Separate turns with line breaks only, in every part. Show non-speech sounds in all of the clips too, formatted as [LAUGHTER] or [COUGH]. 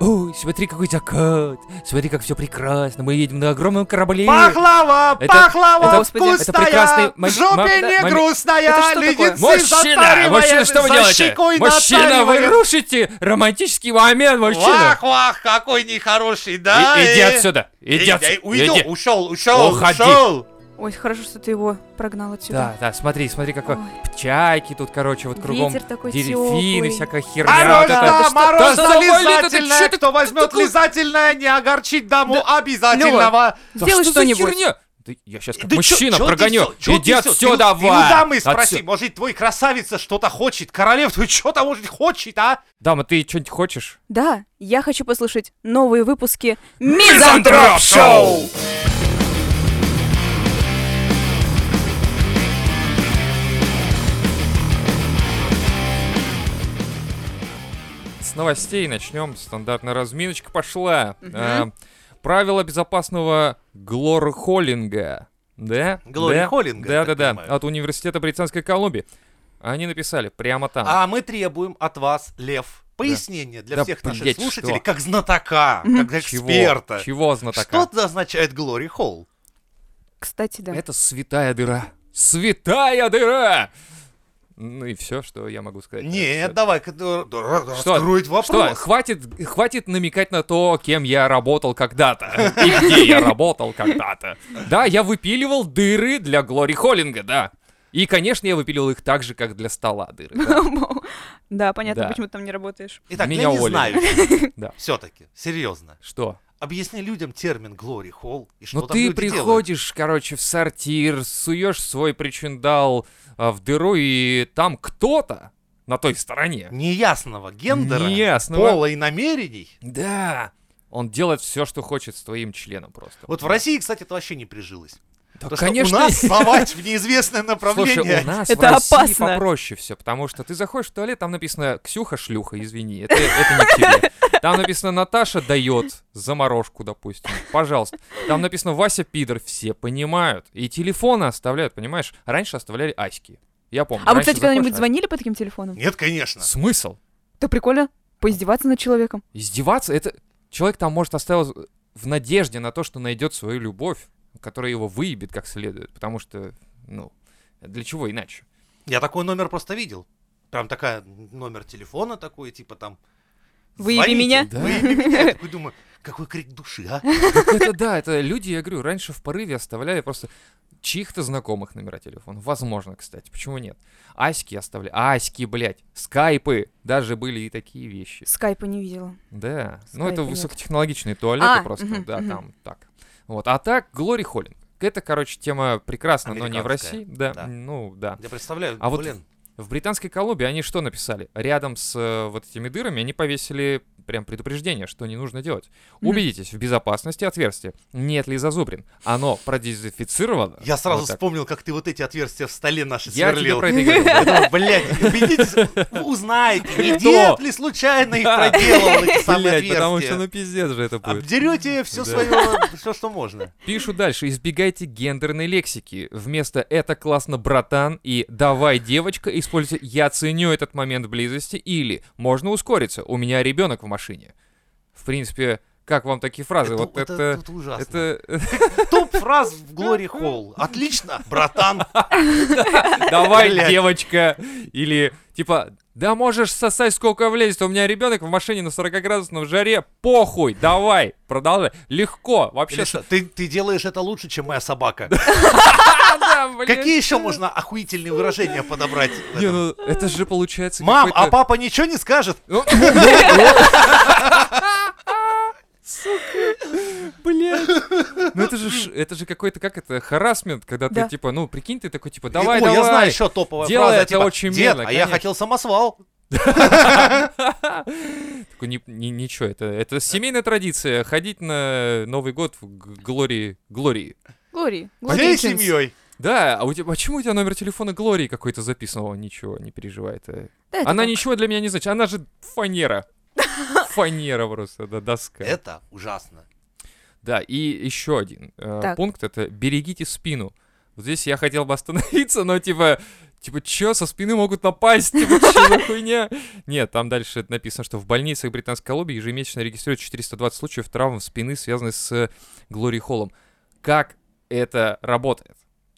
Ой, смотри, какой закат. Смотри, как все прекрасно. Мы едем на огромном корабле.
Пахлава,
Это-
пахлава,
это-
господи,
это прекрасный
вкусная,
мом-
в жопе
мом-
не
мом-
грустная,
Это что такое?
леденцы
Мужчина,
затаривает,
мужчина, что вы
за
делаете?
щекой
Мужчина, вы
натаривает.
рушите романтический момент, мужчина.
Вах, вах, какой нехороший,
И-
да?
иди
э.
отсюда, иди
Эй,
отсюда,
эй, Уйдёл,
иди.
ушел, ушел,
Уходи.
ушел.
Ой, хорошо, что ты его прогнал
Да,
отсюда.
да, смотри, смотри, какой
Ой.
чайки тут, короче, вот кругом
Ветер такой
дельфины,
тёплый.
всякая херня.
Мороз,
вот это-
это
да,
что-
мороз,
Да
да,
завали ты, это
лизательное.
чё ты-
Кто возьмет
такой-
лизательное, не огорчит даму обязательного.
Да
Сделай
что за
что-нибудь.
херня? Да я сейчас как
Да чё-
мужчина
чё ты
прогоню.
всё- чё
иди
ты всё?
отсюда,
Ты-
давай.
Ты у дамы спроси,
Отсё-
может, твой красавица что-то хочет, королев, [LAUGHS] ты что-то, может, хочет, а?
Дама, ты что-нибудь хочешь?
Да, я хочу послушать новые выпуски
Мизантроп
Мизантроп
Шоу!
Шоу!
С новостей начнем. Стандартная разминочка пошла. Э, правила безопасного глорхоллинга. Да?
Глорихоллинга, я
Да, да,
так
да.
понимаю.
От Университета Британской Колумбии. Они написали прямо там.
А мы требуем от вас, Лев, пояснение для
Да
всех наших
блядь,
слушателей,
что?
как знатока, как
Чего?
эксперта.
Чего знатока?
Что это означает Глори Холл?
Кстати, [LAUGHS] да.
Это святая дыра. Святая дыра! Ну и все, что я могу сказать.
Нет,
Э,
давай, к- да, да, раскроет
Что,
вопрос.
хватит, хватит намекать на то, кем я работал когда-то. И где я работал когда-то. Да, я выпиливал дыры для Глори Холлинга, да. И, конечно, я выпиливал их так же, как для стола дыры. да.
Да, понятно,
Да.
почему ты там не работаешь.
Итак,
меня
я не
уволили.
знаю.
[LAUGHS] Да.
Все-таки, серьезно.
Что?
Объясни людям термин Глори Холл и что
Ну
там
ты
люди делают.
приходишь, короче, в сортир, суешь свой причиндал а, в дыру, и там кто-то на той стороне.
Неясного гендера,
Неясного.
пола и намерений.
Да. Он делает все, что хочет с твоим членом просто.
Вот в России, кстати, это вообще не прижилось.
Да,
Потому что
конечно.
у нас совать в
[LAUGHS]
неизвестное
Слушай, у
направление.
нас в
Это
России
опасно.
попроще все, потому что ты заходишь в туалет, там написано Ксюха шлюха, извини, это, это не к тебе. Там написано Наташа дает заморожку, допустим, пожалуйста. Там написано Вася пидор, все понимают. И телефоны оставляют, понимаешь? Раньше оставляли аськи. Я помню.
А вы,
раньше
кстати, когда-нибудь
заходишь,
звонили по таким телефонам?
Нет, конечно.
а- Смысл?
Да прикольно, поиздеваться над человеком.
Издеваться? Это человек там может оставил в надежде на то, что найдет свою любовь, которая его выебет как следует, потому что, ну, для чего
[LAUGHS]
иначе?
Я такой номер просто видел. Прям такая номер телефона такой, типа там...
Выеби
«Звоните,
меня».
Да.
[LAUGHS] Выеби меня. Я такой думаю, какой крик души, а?
Так это да, это люди, я говорю, раньше в порыве оставляли просто чьих-то знакомых номера телефона. Возможно, кстати, почему нет? Аськи оставляли. Аськи, блядь, скайпы. Даже были и такие вещи.
Скайпа не видела.
Да. Ну,
Скайпа
это
нет.
высокотехнологичные туалеты
А,
просто,
мгм,
да,
мгм.
там так. Вот. А так, Глори Холлинг. Это, короче, тема прекрасна, но не в
Американская,
России. Да,
да.
ну да.
Я представляю,
А вот
блин.
В Британской Колумбии они что написали? Рядом с э, вот этими дырами они повесили прям предупреждение, что не нужно делать.
Мгм.
Убедитесь в безопасности отверстия. Нет ли зазубрин? Оно продезинфицировано.
Я сразу
э, Вот так.
вспомнил, как ты вот эти отверстия в столе наши
Я тебе
сверлил.
про это и говорил.
Я думаю, блядь, убедитесь, узнайте, не
Кто?
дед ли случайно их
Да.
проделал, [LAUGHS] эти самые
Блядь, потому что
отверстия.
ну пиздец же
А
это будет.
Обдерете все
Да.
свое, все, что можно.
Пишу дальше. Избегайте гендерной лексики. Вместо «это классно, братан» и «давай, девочка» используйте «я ценю этот момент близости» или «можно ускориться, у меня ребенок в машине». В принципе, как вам такие фразы? вот
это,
это...
это ужасно.
Это...
Топ фраз в Глори Холл. Отлично, братан.
Давай,
Блядь.
девочка. Или типа, да можешь сосать сколько влезет, у меня ребенок в машине на 40 градусном жаре, похуй, давай, продолжай. Легко,
Или
вообще.
что, ты, ты делаешь это лучше, чем моя собака.
А, [LAUGHS] да, блин.
Какие еще можно охуительные выражения подобрать? в
Не,
этом?
ну это же получается
Мам, а
какой-то-
папа ничего не скажет? [LAUGHS]
Ну, ну, ну. Сука, блядь. Ну это же, ш- это же какой-то, как это, харасмент, когда ты
Да.
типа, ну прикинь, ты такой типа,
И,
давай,
«О,
давай.
я знаю еще топовая
Делай
фраза,
это
типа,
очень
«Дед,
мило,
а я
конечно».
хотел самосвал.
Такой, «Ни- ни- ничего, это, это семейная традиция, ходить на Новый год в г- Глории, Глории.
Глори,
Всей
Глори Джинс.
семьей.
Да, а у тебя, почему у тебя номер телефона Глории какой-то записан? О, ничего, не переживай. Это...
Да, это
Она
так.
ничего для меня не значит, она же
[LAUGHS]
фанера. Фанера просто, да, доска.
Это ужасно.
Да, и еще один э,
Так.
пункт это берегите спину. Вот здесь я хотел бы остановиться, но типа Типа, чё, со спины могут напасть? Типа, чё за хуйня? Нет, там дальше написано, что в больницах Британской Колумбии ежемесячно регистрируют 420 случаев травм спины, связанных с Глори Холлом. Как это работает?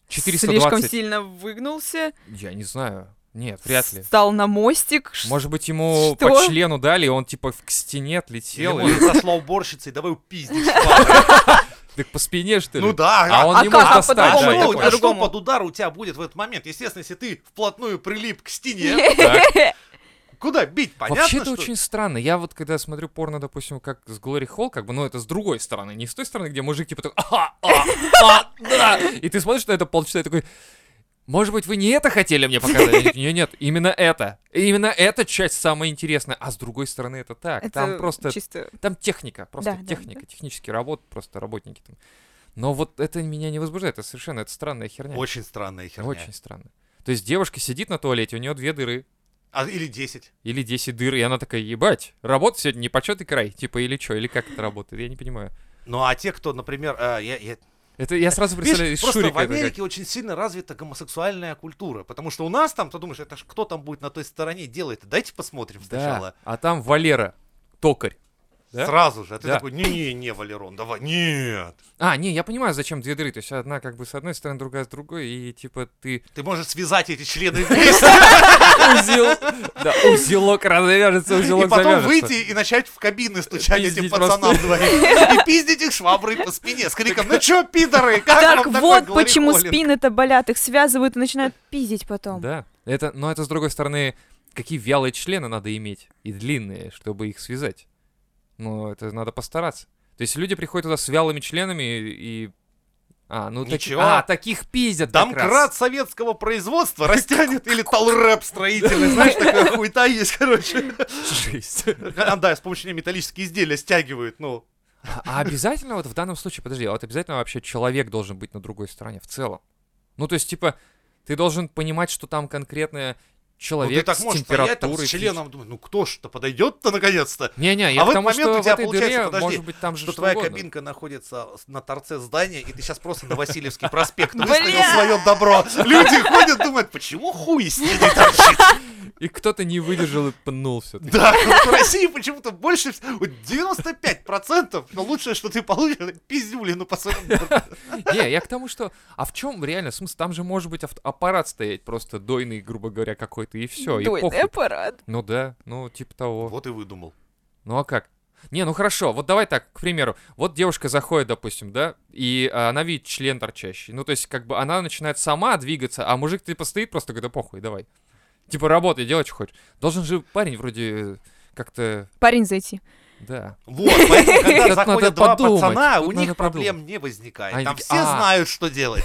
420?
Слишком сильно выгнулся.
Я не знаю. Нет, вряд ли.
Встал на мостик. ш-
Может быть, ему
Что?
по члену дали, и он типа в- к стене
Или,
отлетел. и- [LAUGHS]
может, сошла уборщицей, давай упиздишь. ладно.
Так по спине, что ли?
Ну да.
А он
а
не
как?
может
А
достать.
А
да,
по-другому?
я
что,
понял.
а что
по-другому.
под удар у тебя будет в этот момент? Естественно, если ты вплотную прилип к стене,
Так.
куда бить? Понятно,
Вообще это
что...
очень странно. Я вот когда смотрю порно, допустим, как с Глори Холл, как бы, ну это с другой стороны, не с той стороны, где мужик типа такой, а, а, а, да». И ты смотришь на это полчаса и такой, может быть, вы не это хотели мне показать? Нет, нет, именно это. И Именно эта часть самая интересная. А с другой стороны это так.
Это
Там просто,
чисто...
там техника, просто
Да, да,
техника, технические работы, просто работники там. Но вот это меня не возбуждает, это совершенно, это странная херня.
Очень странная херня.
Очень странно. То есть девушка сидит на туалете, у нее две дыры,
А, или 10.
или 10 дыр, и она такая, ебать, работа сегодня не почет и край, типа, или что, или как это работает, я не понимаю.
Ну а те, кто, например, а, я- я-
Это я сразу представляю,
Видишь, просто в
Шурика это как-
Америке очень сильно развита гомосексуальная культура, потому что у нас там, ты думаешь, это ж кто там будет на той стороне делает? Дайте посмотрим
Да,
сначала.
а там Валера, токарь. Да?
Сразу же. А ты
Да.
такой, не-не-не, Валерон, давай, нет.
А, не, я понимаю, зачем две дыры, то есть одна как бы с одной стороны, другая с другой, и типа ты
Ты можешь связать эти
[LAUGHS]
члены вместе,
узел, [LAUGHS] да, узелок развяжется,
и
узелок
потом
завяжется.
выйти и начать в кабины стучать этим
Пиздить
пацанам двоим. И пиздить их шваброй по спине с криком, ну чё, пидоры, как
Так
вам такой
вот
Глори
почему
Холлин?»
спины-то болят, их связывают и начинают пиздить потом.
Да, это, но это с другой стороны, какие вялые члены надо иметь и длинные, чтобы их связать. Но это надо постараться. То есть люди приходят туда с вялыми членами и... и- А, ну таки-
Ничего.
А, таких пиздят как раз. [LAUGHS]
Домкрат советского производства растянет или талрэп строительный, знаешь, такая хуйта есть, короче. [LAUGHS]
Жесть.
А, да, с помощью нее металлические изделия стягивают, ну.
А а обязательно вот в данном случае, подожди, а вот обязательно вообще человек должен быть на другой стороне в целом? Ну, то есть, типа, ты должен понимать, что там конкретно
Ну,
человек
ты так
с
можешь
температурой.
стоять там с
физически.
членом, думать, ну кто ж-то подойдет-то наконец-то?
Не-не, я
А в
к
этот
тому,
момент
что
у тебя
в этой
получается,
дыре,
подожди,
может быть, там же
Что
что,
твоя
угодно.
кабинка находится с- на торце здания, и ты сейчас просто на Васильевский проспект
Бля!
выставил свое добро. Люди ходят, думают, почему хуй с ней торчит?
И кто-то не выдержал и пнул все
Да, вот в России почему-то больше, вс- вот 95%, но лучшее, что ты получишь, это пиздюлину по своему
Не, я к тому, что... А в чем реально смысл? Там же может быть авт- аппарат стоять просто дойный, грубо говоря, какой-то, и все. И
Дует
похуй.
аппарат.
Ну да, ну типа того.
Вот и выдумал.
Ну а как? Не, ну хорошо, вот давай так, к примеру, вот девушка заходит, допустим, да, и а, она видит член торчащий. Ну, то есть, как бы она начинает сама двигаться, а мужик типа стоит просто говорит, да похуй, давай. Типа работай, делай, что хочешь. Должен же парень вроде э, как-то,
Парень зайти.
да.
Вот, поэтому, когда
[LAUGHS] Тут надо
заходят два
подумать,
пацана,
тут
у
надо
них проблем не
Они
возникает. Там
такие,
все
«А».
знают, что делать.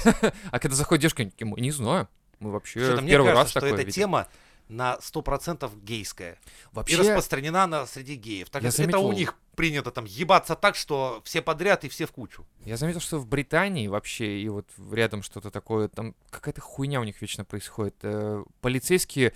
А когда заходит девушка, они такие, мы не знаю. Мы вообще
Что-то
в
мне
первый
кажется,
раз
что
такое
эта
видим».
тема на 100% гейская. И
Вообще,
распространена на среди геев. Так
Я
это- это
заметил.
у них принято там ебаться так, что все подряд и все в кучу.
Я заметил, что в Британии вообще, и вот в- рядом что-то такое, там какая-то хуйня у них вечно происходит. Э, Полицейские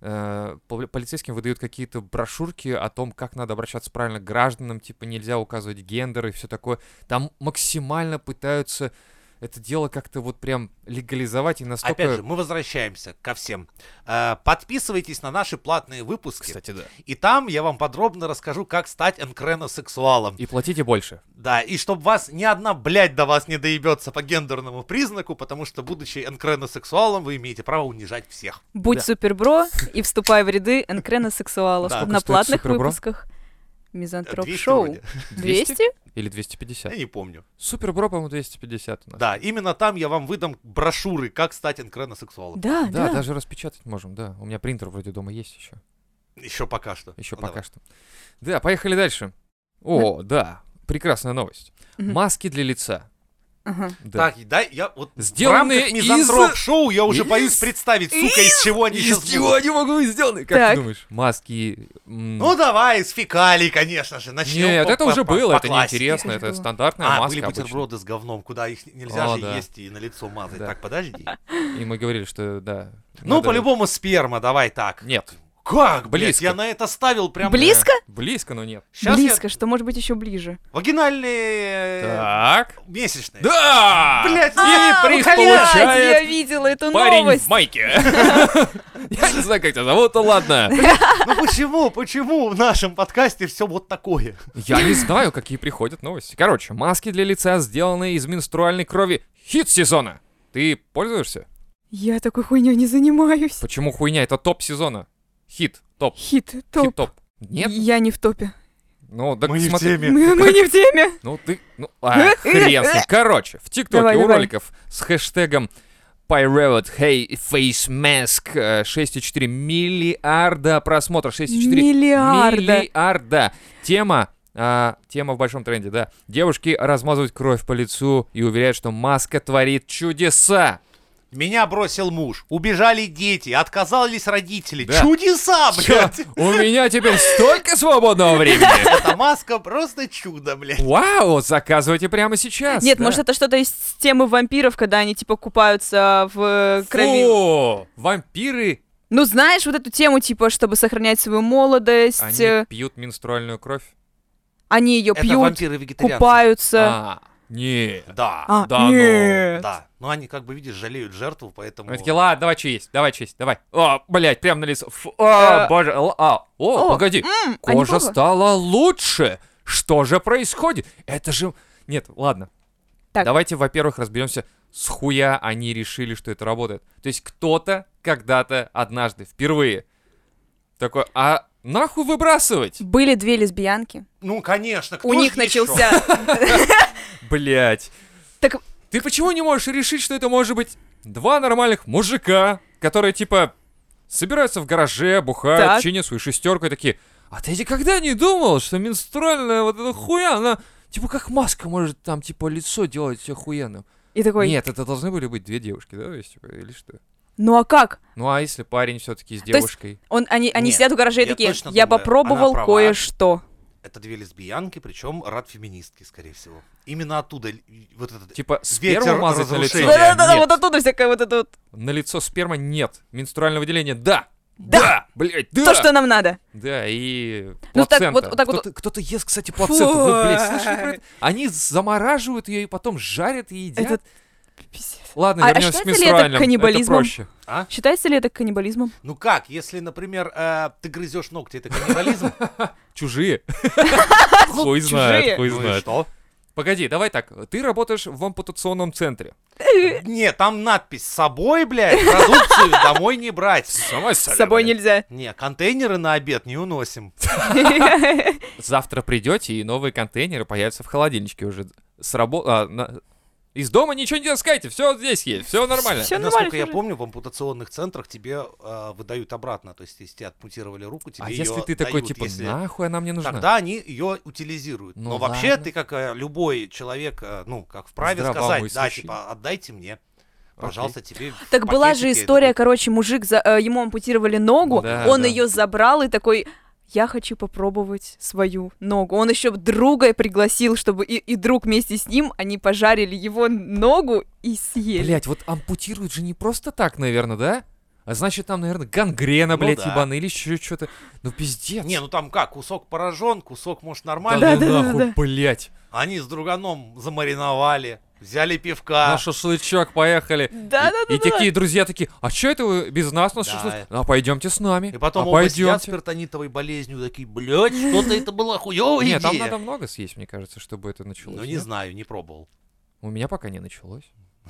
э, пол- полицейским выдают какие-то брошюрки о том, как надо обращаться правильно к гражданам, типа нельзя указывать гендер и все такое. Там максимально пытаются это дело как-то вот прям легализовать и настолько...
Опять же, мы возвращаемся ко всем. Э, Подписывайтесь на наши платные выпуски.
кстати, да.
И там я вам подробно расскажу, как стать энкреносексуалом.
И платите больше.
Да, и чтобы вас ни одна блядь до вас не доебется по гендерному признаку, потому что, будучи энкреносексуалом, вы имеете право унижать всех.
Будь
Да.
супербро и вступай в ряды энкреносексуалов
Да.
Сколько
на
стоит
платных
Супербро?
выпусках.
Э,
Мизантроп
200
шоу.
вроде.
200?
Или
Я
250?
не помню.
Супербро, по-моему, 250 у нас.
Да, именно там я вам выдам брошюры, как стать энкреносексуалом.
Да, да.
Да, даже распечатать можем, да. У меня принтер вроде дома есть еще.
Еще пока что.
Еще
Ну,
пока
давай.
что. Да, поехали дальше. О, да. Прекрасная новость.
Мгм.
Маски для лица.
Ага.
Да.
Так, да, я вот
Сделанные
в рамках
из-
мизантроп-шоу я уже
из-
боюсь представить, сука, из чего они сейчас
они могу быть сделаны? Как
Так.
ты думаешь? Маски. м,
Ну давай, из фекалий, конечно же, начнем
Нет,
по-
это
по-
уже
по-
было,
по
это
классике.
неинтересно,
Это же
это
было.
стандартная
А,
маска
были
обычная.
бутерброды с говном, куда их нельзя
О,
же
да.
есть и на лицо мазать.
Да. [LAUGHS]
Так, подожди.
И мы говорили, что да.
Ну,
надо-
по-любому сперма, давай так.
Нет.
Как, блядь,
Близко.
я на это ставил прям... э,
Близко?
Близко, но нет.
Сейчас
Близко, что может быть еще ближе.
я... Вагинальные...
Так.
Месячные.
Э, Да!
Блядь, ну,
И приз
блядь, я
получает
видела эту
парень в
новость.
майке. Я не знаю, как тебя зовут, ну ладно.
Ну почему, почему в нашем подкасте все вот такое?
Я не знаю, какие приходят новости. Короче, маски для лица, сделанные из менструальной крови. Хит сезона. Ты пользуешься?
Я такой хуйней не занимаюсь.
Почему хуйня? Это топ сезона. Хит, топ,
Хит,
хит,
топ.
топ. Нет?
Я не в топе.
Ну, так
Мы не в
смотри.
теме.
Мы, мы не в теме.
Ну ты, ну, а, хрен
[LAUGHS]
с ним. Короче, в ТикТоке
Давай,
у
давай.
роликов с хэштегом Pirate Hey Face Mask э, 6,4 миллиарда просмотров. 6,4
Миллиарда.
миллиарда. Тема а, тема в большом тренде, да. Девушки размазывают кровь по лицу и уверяют, что маска творит чудеса.
Меня бросил муж, убежали дети, отказались родители.
Да.
Чудеса, блядь!
Чё, у меня теперь столько свободного времени.
[LAUGHS]
Эта маска просто чудо, блядь.
Вау, заказывайте прямо сейчас.
Нет,
да.
может это что-то из темы вампиров, когда они типа купаются в э, крови.
Фу, вампиры,
Ну знаешь вот эту тему типа, чтобы сохранять свою молодость,
они
э,
пьют менструальную кровь.
они ее
Это
пьют,
вампиры-вегетарианцы.
купаются.
А, не.
Да,
А,
да ну,
нет.
да. Но они как бы, видишь, жалеют жертву, поэтому...
Мы такие, ладно, давай честь, давай честь, давай. О, блядь, прям на лицо. Фу, о,
Э,
боже, л- а, о,
о,
погоди.
М, а
Кожа
неплохо.
стала лучше. Что же происходит? Это же... Нет, ладно.
Так.
Давайте, во-первых, разберемся, с хуя они решили, что это работает. То есть кто-то когда-то однажды, впервые, такой, а нахуй выбрасывать?
Были две лесбиянки.
Ну, конечно, кто
У
ж
них
ещё?
начался.
[LAUGHS]
Блять.
Так-
Ты почему не можешь решить, что это может быть два нормальных мужика, которые типа собираются в гараже, бухают,
Так.
чинят свою шестерку и такие. А ты никогда не думал, что менструальная вот эта хуя, она типа как маска может там типа лицо делать все охуенным?
И такой,
Нет, это должны были быть две девушки, да, то есть, типа, или что?
ну а как?
Ну а если парень все-таки с
есть-
девушкой?
Он, они, они
Нет,
сидят в гараже и
я
такие,
точно
я
думаю,
попробовал
она права».
кое-что.
Это две лесбиянки, причем рад феминистки, скорее всего. Именно оттуда л- вот этот...
Типа сперма
Ветер
мазать на лицо?
разрушения.
Да-да-да,
Нет.
вот оттуда всякая вот это вот.
На лицо сперма нет. Менструального выделения да.
Да.
блять, да.
То, что нам надо.
Да, и
Ну, так
плацента.
вот- вот так вот-
кто-то, кто-то ест, кстати, плаценту. Вы,
Фу.
блядь, слышали про это? Они замораживают ее и потом жарят и едят.
Этот пиздец.
Ладно,
А- а
вернемся к
считается ли это
менструальным.
каннибализмом?
проще.
А?
Считается ли это каннибализмом?
Ну как, если, например, э, ты грызешь ногти, это каннибализм?
[LAUGHS]
Чужие. Хуй знает,
чужие.
хуй
Ну и
знает.
что?
Погоди, давай так. Ты работаешь в ампутационном центре.
Не, там надпись «С собой, блядь, продукцию домой не брать».
Сама
С собой нельзя.
Не, контейнеры на обед не уносим. [LAUGHS]
Завтра придете, и новые контейнеры появятся в холодильничке уже. С рабо- а, на- Из дома ничего не таскайте, все здесь есть, все нормально.
Всё
И, насколько
нормально,
я
всё
помню, в ампутационных центрах тебе э, выдают обратно. То есть, если тебе отпутировали руку, тебе
А
её
если ты такой,
дают,
типа,
если-
нахуй она мне нужна?
Тогда они ее утилизируют.
Ну
Но вообще
ладно.
ты, как э, любой человек, э, ну, как вправе сказать, да,
Здравомыслящий.
типа, отдайте мне, пожалуйста, тебе в
Так была же
пакетике
история,
этот-
короче, мужик, за- э, ему ампутировали ногу,
Да,
он
да.
ее забрал и такой, я хочу попробовать свою ногу. Он еще друга пригласил, чтобы и, и друг вместе с ним, они пожарили его ногу и съели.
Блять, вот ампутируют же не просто так, наверное, да? А значит, там, наверное, гангрена,
Ну
блядь,
да.
ебаны, или еще что-то. Ну пиздец.
Не, ну там как, кусок поражен, кусок, может,
Да
нормально.
ну
Да, да, да,
нахуй,
да.
блядь.
Они с друганом замариновали, взяли пивка.
На шашлычок поехали.
Да, да,
И, и
да, да.
такие друзья такие, а что это вы без нас на
Да.
шашлык? А пойдемте с нами.
И потом
а
оба сидят с
пойдемте.
пертонитовой болезнью, такие, блядь, что-то это была хуёвая
Не, там
идея».
надо много съесть, мне кажется, чтобы это началось.
Ну, не
нет?
знаю, не пробовал.
У меня пока не началось.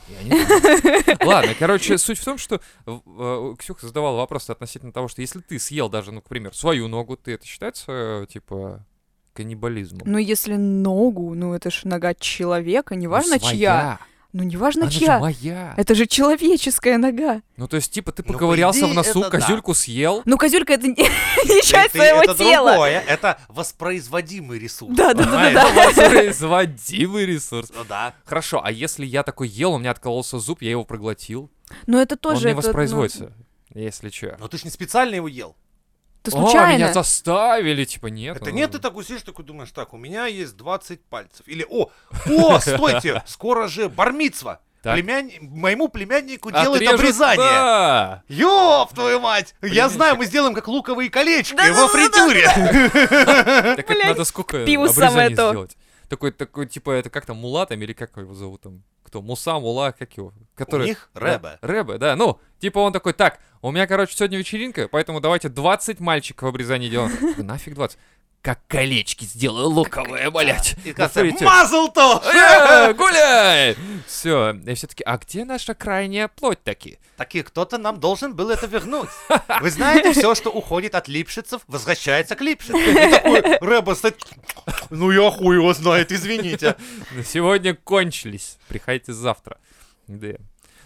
Я не знаю. Ладно, короче, суть в том, что э, Ксюха задавала вопрос относительно того, что если ты съел даже, ну, к примеру, свою ногу, ты это считается, э, типа, каннибализмом?
Ну, если ногу, ну это ж нога человека,
Ну,
неважно
своя.
чья. Ну, неважно
Она же
чья.
моя.
Это же человеческая нога.
Ну, то есть, типа, ты
Ну, по
поковырялся в
идее,
носу,
это да.
козюльку
[LAUGHS]
съел.
Ну, козюлька, это не не часть
Это-
своего
это
тела.
другое, это воспроизводимый ресурс.
Да, да, да, да,
понимаешь?
да.
Воспроизводимый ресурс.
Ну да.
Хорошо, а если я такой ел, у меня откололся зуб, я его проглотил,
Но это
он
тоже...
не
это, ну,
воспроизводится, если че.
Но ты ж не специально его ел.
Ты
О, меня
случайно?
заставили, типа, нет.
Это
ну,
нет, ты так усидишь, такой думаешь, так, у меня есть 20 пальцев. Или, о, о, стойте, скоро же бармитсва.
Так.
Племянни- Моему племяннику делают
Отрежут-
обрезание.
Да.
Ёб твою мать! Я знаю, мы сделаем как луковые колечки
Да-да-да-да-да.
во фритюре.
Так это
Блядь,
надо сколько
пиво
обрезаний
самое то.
сделать. Такой, такой, типа, это как там, Мула там, или как его зовут там? Кто? Муса, Мула, как его?
У
Который...
них
Да,
рэбе.
Рэбе, да. Ну, типа он такой, так, у меня, короче, сегодня вечеринка, поэтому давайте 20 мальчиков в обрезании делаем. Да Нафиг 20. Как колечки сделаю луковые, блять.
И
На фритюре.
мазал то!
Э, Гуляй! Все, и все таки а где наша крайняя плоть таки?
Таки кто-то нам должен был это вернуть. Вы знаете, все, что уходит от липшицев, возвращается к липшицам. И такой рэба стоит... Ну я хуй его знает, извините.
На сегодня кончились, приходите завтра. Да.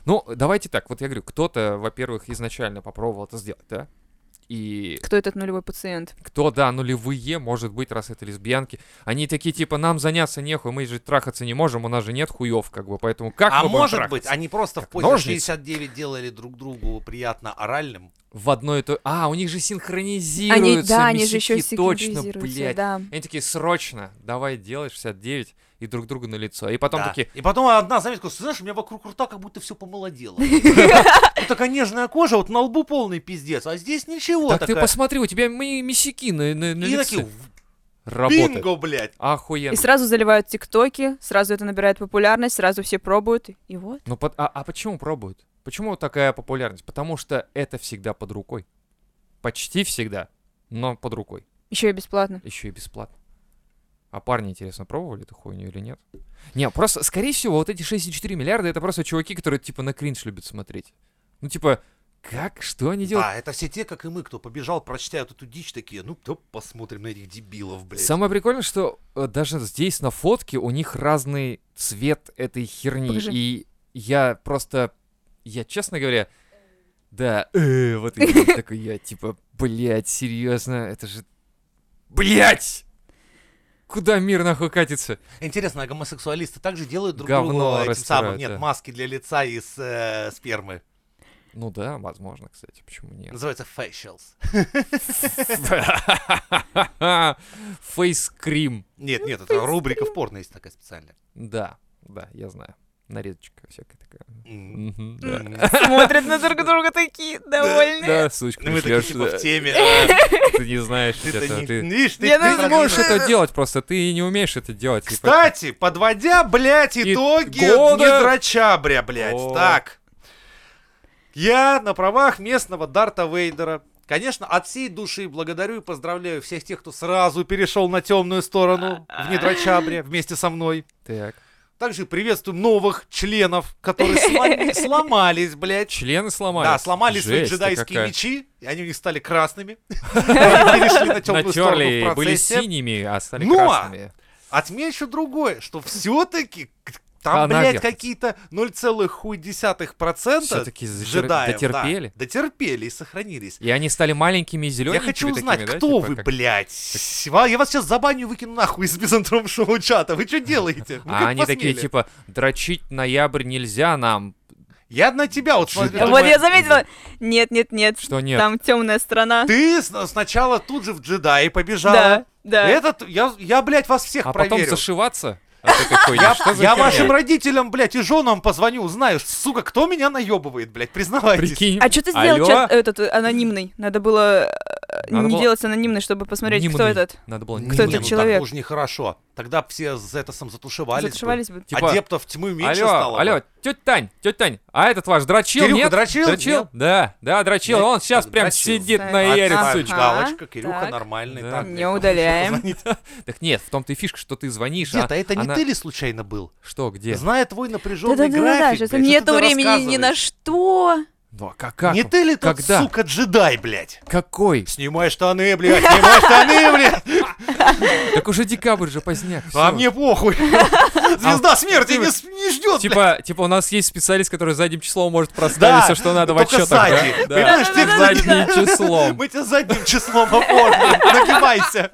Ну, давайте так, вот я говорю, кто-то, во-первых, изначально попробовал это сделать, да? И
Кто этот нулевой пациент?
кто, да, нулевые, может быть, раз это лесбиянки, они такие, типа, нам заняться нехуй, мы же трахаться не можем, у нас же нет хуев, как бы, поэтому как
А
мы будем
может
трахаться?
быть, они просто в
Как
позе
ножницы.
69 делали друг другу приятно оральным.
В одно и то... А, у них же синхронизируются
Они, да, они же
месяки,
еще
Точно, блядь.
да.
Они такие, срочно, давай делай 69 и друг другу на лицо. И потом
Да.
такие,
И потом одна заметка, знаешь, у меня вокруг рта как будто все помолодело. Вот такая нежная кожа, вот на лбу полный пиздец, а здесь ничего
так ты
такая.
посмотри, у тебя ми- мясики на, на- на
И
лице.
такие,
Работает.
бинго, блядь.
Охуенно.
И сразу заливают тиктоки, сразу это набирает популярность, сразу все пробуют. И вот.
Ну, под- а, а почему пробуют? Почему вот такая популярность? Потому что это всегда под рукой. Почти всегда, но под рукой.
Еще
[LAUGHS]
и бесплатно.
Еще и бесплатно. А парни, интересно, пробовали эту хуйню или нет? Не, просто, скорее всего, вот эти 6,4 миллиарда это просто чуваки, которые типа на кринж любят смотреть. Ну, типа, как? Что они делают?
Да, А это все те, как и мы, кто побежал, прочитают эту дичь, такие, ну, да посмотрим на этих дебилов, блядь.
Самое прикольное, что э, даже здесь на фотке у них разный цвет этой херни.
Покажи.
И я просто, я честно говоря, да, э, вот и я такой, я типа, блядь, серьезно, это же, блядь! Куда мир нахуй катится?
Интересно, а гомосексуалисты также делают друг
Говно
другу этим
растирают,
самым, нет,
да.
маски для лица из э, спермы.
Ну да, возможно, кстати, почему нет?
Называется facials.
Фейскрим.
Нет, нет, это рубрика в порно есть такая специальная.
Да, да, я знаю. Нарезочка всякая такая.
М.
Мгм, да.
М.
Смотрят на друг друга такие довольные.
Да, сучка,
Ну, мы такие
шлёшь,
типа
да.
в теме. а,
Ты не знаешь,
Ты-то
это,
не-
э, ты...
видишь, ты
Я
ты
Ты не
даже
так-
можешь это делать просто, ты не умеешь это делать. типа.
Кстати, подводя, блядь, итоги
года.
недрачабря, блядь.
О.
Так. Я на правах местного Дарта Вейдера. Конечно, от всей души благодарю и поздравляю всех тех, кто сразу перешел на темную сторону в недрачабре вместе со мной.
Так.
Также приветствую новых членов, которые
[LAUGHS]
сломи- сломались, блядь.
Члены сломали.
Да, сломали свои
Жесть-то
джедайские
какая.
мечи, и они у них
[LAUGHS]
стали красными. Перешли на темную сторону
Натерли,
в
были
процессе.
синими, а стали
Но!
красными.
Отмечу другое, что все-таки
А,
там, блядь,
наверное.
какие-то 0,1%
Все-таки
джедаев, да,
дотерпели.
дотерпели и сохранились.
И они стали маленькими и
Я
зелеными.
хочу узнать, кто
типа,
вы, блядь. Ва- Я вас сейчас забаню и выкину нахуй из Бизантром шоу [LAUGHS] чата. Вы что делаете? Вы Ну, как
А они такие,
посмели?
типа, дрочить ноябрь нельзя нам.
Я на тебя вот смотрю.
Джедаи.
А Вот
думаю,
Давай.
я заметила. Нет, нет, нет.
Что нет?
Там темная сторона.
Ты с- сначала тут же в джедаи побежала.
Да, да.
Этот, я, я, блядь, вас всех
а потом
проверю.
зашиваться? А ты какой, «Ну что за
Я
херня?»
вашим родителям, блядь, и женам позвоню, узнаешь, сука, кто меня наебывает, блядь, признавайтесь.
Прикинь.
А что ты сделал
алло?
чат этот э, анонимный? Надо было э,
Надо
не
было-
делать анонимный, чтобы посмотреть, кто
Нимный.
этот.
Надо было...
Не,
Нимный.
Кто
не,
этот
ну
человек?
Так уж нехорошо. Тогда б все за это сам затушевались. бы.
Затушевались бы.
Типа,
Адептов тьмы меньше
Алло,
стало. бы.
алло, тетя Тань, тетя Тань, а этот ваш дрочил,
Кирюха
нет?
дрочил? Нет.
Да, да, дрочил,
Нет,
он сейчас прям
дрочил.
сидит
Так,
на яре,
отстань.
сучка.
Ставишь галочка, Кирюха
так.
нормальный.
Да.
так,
Не
блядь, кому [LAUGHS]
удаляем.
позвонить?
Так нет, в том-то и фишка, что ты звонишь.
Нет, а
а
это не
она-
ты ли случайно был?
Что, где?
Зная твой напряженный
Да-да-да-да,
график,
сейчас
блядь, что
нету
ты
времени ни на
рассказываешь?
что.
Ну, а как? как?
Не ты ли тот,
Когда?
сука, джедай, блядь?
Какой?
Снимай штаны, блядь, [LAUGHS] снимай штаны, блядь.
Так уже декабрь же поздняк.
А
всё. [LAUGHS]
мне похуй. Звезда смерти не с- не ждет,
А, Типа, типа у нас есть специалист, который задним числом может
Да,
проставить все, что надо в
только
отчетах. да?
сзади.
Да.
Понимаешь, ты
Задним [LAUGHS] числом.
[LAUGHS] Мы тебя задним числом оформим. Нагибайся.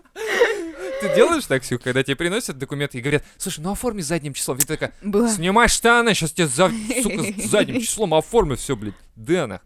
Ты делаешь так, Сю, когда тебе приносят документы и говорят, слушай, ну оформи задним числом. И ты такая,
Ну
Было.
снимай штаны, сейчас тебе за-
[LAUGHS]
сука, задним числом оформлю все, блядь. Да, нах.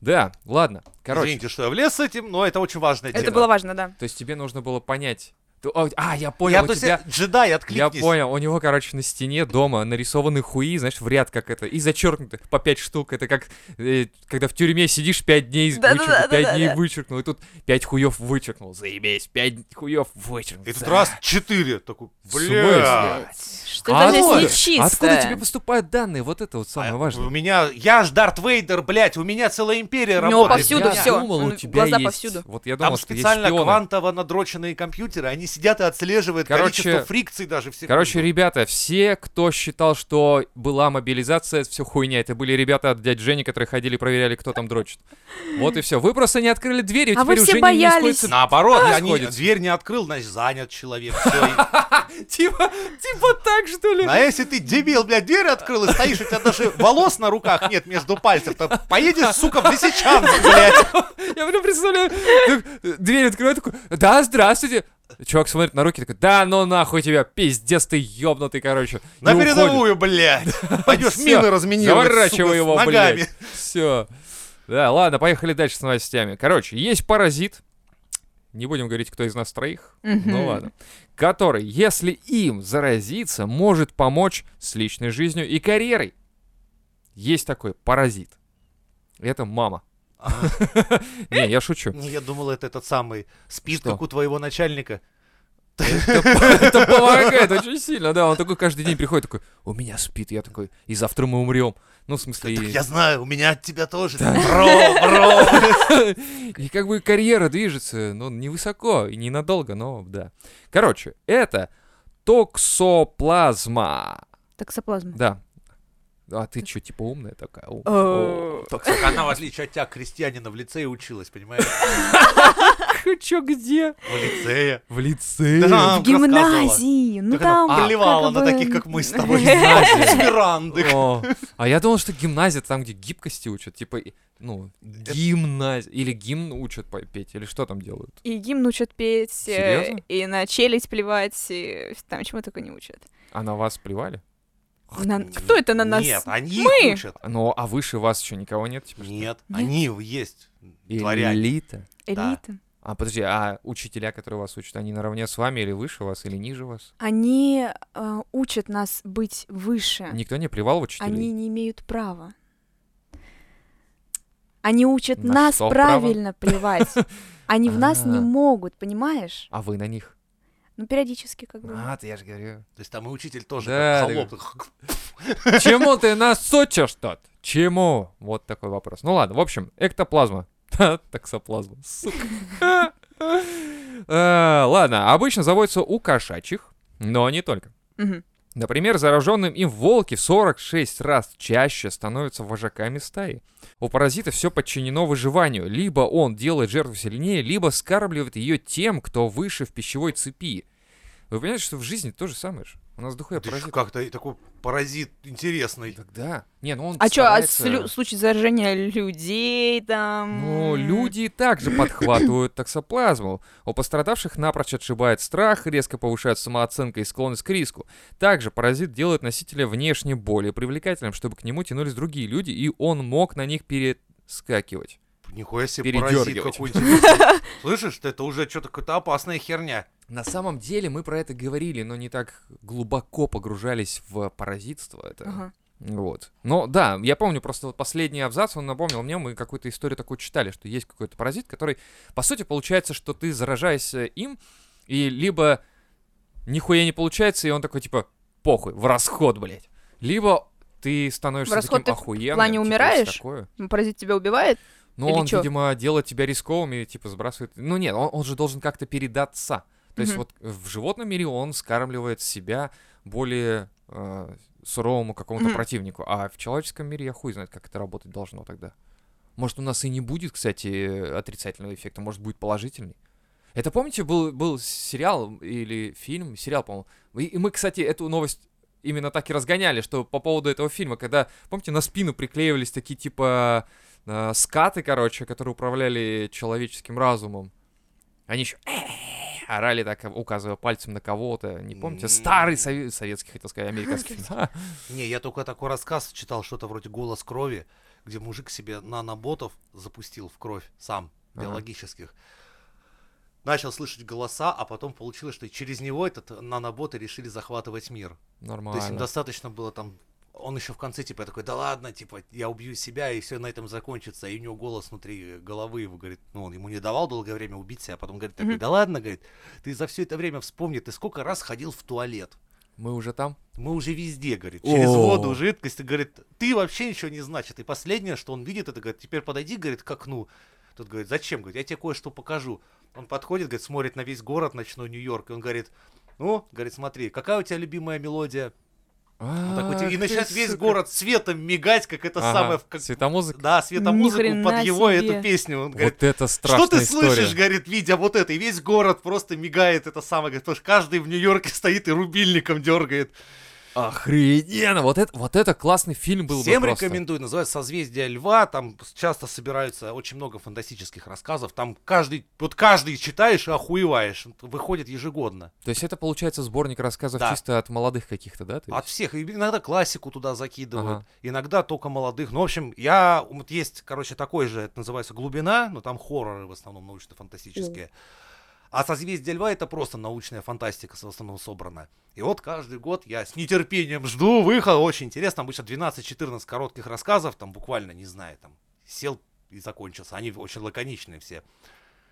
Да, ладно. Короче,
Извините, что я влез с этим, но это очень важная тема.
Это было важно, да.
то есть тебе нужно было понять, Ты- о, А, я понял,
я,
у
то есть,
тебя...
джедай,
Я
откликнись.
понял, у него, короче, на стене дома нарисованы хуи, знаешь, в ряд как это, и зачеркнуты по пять штук. Это как, э, когда в тюрьме сидишь, пять дней
Да-да-да,
вычеркнул, пять дней
да-да.
вычеркнул, и тут пять хуев вычеркнул. Заебись, пять хуев вычеркнул.
И тут
Да.
раз четыре. Такой,
В смысле?
бля.
А
Что-то
откуда?
здесь
Откуда тебе
нечисто.
поступают данные? Вот это вот самое
А У
важное.
меня, я ж Дарт Вейдер, блядь, у меня целая империя
У него
работает.
повсюду
я
блядь.
всё.
думал, у
Ну,
тебя
глаза
есть-
повсюду.
Вот я думал,
Там
что есть
специально
шпионы.
квантово надроченные компьютеры, они сидят и отслеживают
Короче-
количество фрикций даже всех.
Короче,
видов.
ребята, все, кто считал, что была мобилизация, это все хуйня. Это были ребята от дядь Жени, которые ходили, проверяли, кто там дрочит. Вот и все. Вы просто не открыли двери, и
А вы
теперь уже
все
не- не
боялись.
сходится-
Наоборот, я не-
сходится.
дверь не открыл, значит, занят человек. всё.
Типа, типа так, что
И-
ли?
А если ты дебил, блядь, дверь открыл и стоишь, у тебя даже волос на руках нет между пальцев, то поедешь, сука, в Лисичанск, блядь.
Я прям представляю, так, э, дверь открывает такой, да, здравствуйте. Чувак смотрит на руки, такой, да, ну нахуй тебя, пиздец ты ёбнутый, короче. И
На
уходит.
передовую,
[LAUGHS]
блядь. Пойдешь
Всё,
мины разминировать, сука,
Заворачивай
с
его,
ногами.
блядь. Все. Да, ладно, поехали дальше с новостями. Короче, есть паразит. Не будем говорить, кто из нас троих. Ну
Мгм.
ладно. Который, если им заразиться, может помочь с личной жизнью и карьерой. Есть такой паразит. Это мама. Не, я шучу.
[LAUGHS]
Не, я думал, это этот самый спит,
Что?
как у твоего начальника.
Это помогает очень сильно, да. Он такой каждый день приходит, такой, у меня спит. Я такой, и завтра мы умрем. Ну, в смысле...
Так
и-
я знаю, у меня от тебя тоже. Бро, [LAUGHS] бро.
И как бы карьера движется, ну, невысоко и ненадолго, но да. Короче, это токсоплазма.
Токсоплазма.
Да. А ты что, типа умная такая? О, о.
Э,
Так она, в отличие от тебя, крестьянина в лицее училась, понимаешь?
[LAUGHS] Чё, где?
В лицее.
В лице.
Да, она
В
нам рассказывала.
гимназии. Ну
Так она
там. как
плевала на
бы-
таких, как мы с
[LAUGHS]
тобой.
Гимназия.
Аспиранты.
О, А я думал, что гимназия это там, где гибкости учат, типа, и- ну, гимназия, или гимн учат по- петь, или что там делают?
И гимн учат петь, э,
Серьёзно?
и на челюсть плевать, и там чему только не учат.
А на вас плевали?
На- Кто это на нас?
Нет, они
Мы?
их учат.
Ну, а выше вас еще никого нет? типа, что ли?
Нет, они есть. Дворяне.
Элита.
Элита.
А подожди, а учителя, которые вас учат, они наравне с вами или выше вас, или ниже вас?
Они э, учат нас быть выше.
Никто не плевал в учителей?
Они не имеют права. Они учат
На
нас
что право?
правильно
[LAUGHS]
плевать. Они в нас не
А.
могут, понимаешь?
А вы на них?
Ну, периодически как бы.
ты я же говорю.
То есть там и учитель тоже
Да,
как холоп.
Чему ты нас сучишь тут? Чему? Вот такой вопрос. Ну ладно, в общем, эктоплазма. Ха, Таксоплазма, сука. Э, Ладно, обычно заводится у кошачьих, но не только.
Мгм.
Например, зараженным им волки в 46 раз чаще становятся вожаками стаи. У паразита все подчинено выживанию. Либо он делает жертву сильнее, либо скармливает ее тем, кто выше в пищевой цепи. Вы понимаете, что в жизни то же самое же? У нас дохуя
Ты ж
паразит.
как-то и такой паразит интересный.
Тогда. Не, ну он
А что, а
старается-
с лю- случай заражения людей там?
Ну, люди также подхватывают таксоплазму. У пострадавших напрочь отшибает страх, резко повышает самооценка и склонность к риску. Также паразит делает носителя внешне более привлекательным, чтобы к нему тянулись другие люди, и он мог на них перескакивать.
Нихуя себе паразит
Передёргивать.
какой-нибудь. Слышишь, это уже что-то какая-то опасная херня.
На самом деле мы про это говорили, но не так глубоко погружались в паразитство. Это
Ага.
Вот. Но да, я помню просто вот последний абзац, он напомнил мне, мы какую-то историю такую читали, что есть какой-то паразит, который, по сути, получается, что ты заражаешься им, и либо нихуя не получается, и он такой, типа, похуй, в расход, блядь. Либо ты становишься
расход
таким
ты в
охуенным.
плане
типа,
умираешь?
всё такое.
Паразит тебя убивает?
Ну,
Или
он,
чё?
видимо, делает тебя рисковым и, типа, сбрасывает... Ну, нет, он, он же должен как-то передаться. То есть
Мгм.
вот в животном мире он скармливает себя более э, суровому какому-то
Мгм.
противнику. А в человеческом мире я хуй знает, как это работать должно тогда. Может, у нас и не будет, кстати, отрицательного эффекта, может, будет положительный. Это, помните, был, был сериал или фильм, сериал, по-моему. И, и мы, кстати, эту новость именно так и разгоняли, что по поводу этого фильма, когда, помните, на спину приклеивались такие, типа, э, скаты, короче, которые управляли человеческим разумом. Они еще [SNIFFS] орали так, указывая пальцем на кого-то. Не помните? Старый сове- советский, хотел сказать, американский. фильм.
Не, я только такой рассказ читал, что-то вроде «Голос крови», где мужик себе наноботов запустил в кровь сам,
Ага.
биологических. начал слышать голоса, а потом получилось, что через него этот наноботы решили захватывать мир. То есть им
Нормально.
достаточно было там он еще в конце типа такой, да ладно, типа, я убью себя, и все на этом закончится. И у него голос внутри головы его говорит, ну, он ему не давал долгое время убить себя, а потом говорит, такой,
Мгм.
да ладно, говорит, ты за все это время вспомни, ты сколько раз ходил в туалет.
Мы уже там?
Мы уже везде, говорит, через
О.
воду, жидкость, и говорит, ты вообще ничего не значит. И последнее, что он видит, это, говорит, теперь подойди, говорит, к окну. Тут говорит, зачем, говорит, я тебе кое-что покажу. Он подходит, говорит, смотрит на весь город ночной Нью-Йорк, и он говорит, ну, говорит, смотри, какая у тебя любимая мелодия? Он такой,
Ах
типа, и
ты,
начинает весь
сука.
город светом мигать, как это
Ага,
самое... в- как-
Светомузыка?
Да, светомузыку
Ни
под
хрена
его
себе.
эту песню. Он говорит,
Вот это
что ты
страшная
слышишь,
история.
говорит, видя вот это, и весь город просто мигает это самое, говорит, потому что каждый в Нью-Йорке стоит и рубильником дергает.
Охрененно! Вот это, вот это классный фильм был
Всем
бы просто.
рекомендую, называется «Созвездие льва», там с- часто собираются очень много фантастических рассказов, там каждый, вот каждый читаешь и охуеваешь, выходит ежегодно.
То есть это получается сборник рассказов
Да.
чисто от молодых каких-то, да? то
От
есть?
всех, И иногда классику туда закидывают,
Ага.
иногда только молодых, ну, в общем, я, вот есть, короче, такой же, это называется «Глубина», но там хорроры в основном научно-фантастические. А «Созвездие льва» — это просто научная фантастика, в основном собрана. И вот каждый год я с нетерпением жду выхода. Очень интересно. Обычно 12-14 коротких рассказов, там буквально, не знаю, там сел и закончился. Они очень лаконичные все.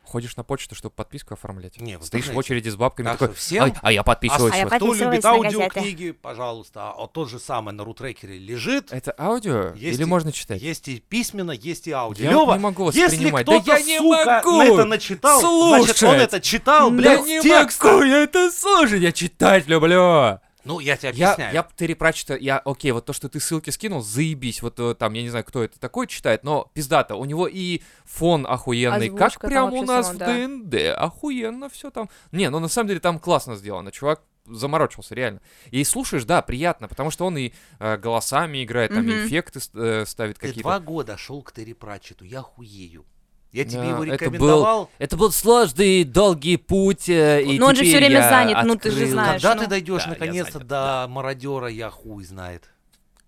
Ходишь на почту, чтобы подписку оформлять?
Не, вы
Стоишь в
знаете,
очереди с бабками
так
такой,
что всем-
«Ай, а я подписываюсь.
А я
вот».
под-
Кто
подписываюсь
любит
на газеты.
аудиокниги, пожалуйста, а тот же самый на рутрекере лежит.
Это аудио?
Есть
Или
и-
можно читать?
Есть и письменно, есть и аудио.
Я
Лёва,
вот не могу
если
воспринимать.
кто-то,
Да я не
сука,
могу
на это начитал, значит, он
слушать.
это читал,
Да
блядь,
да не
с текста.
могу я это слушать, я читать люблю.
Ну, я тебе
Я,
объясняю.
я перепрочитал, я, окей, вот то, что ты ссылки скинул, заебись, вот э, там, я не знаю, кто это такой читает, но пиздата, у него и фон охуенный, как
Озвучка там
прям у
вообще
нас
сама,
в
да.
ДНД, охуенно все там. Не, ну на самом деле там классно сделано, чувак заморочился, реально. И слушаешь, да, приятно, потому что он и э, голосами играет, там, и
Мгм.
эффекты с- э, ставит
Ты
какие-то.
два года шел к Терри Пратчету, я хуею. Я тебе
Да,
его
это был-
рекомендовал.
Это был сложный, долгий путь, э, и
Но Ну, он же
теперь
всё время
я
занят, ну ты же
открыл-
знаешь.
Когда
ну.
ты дойдешь
Да, я
наконец-то
занят,
до мародера, я хуй знает.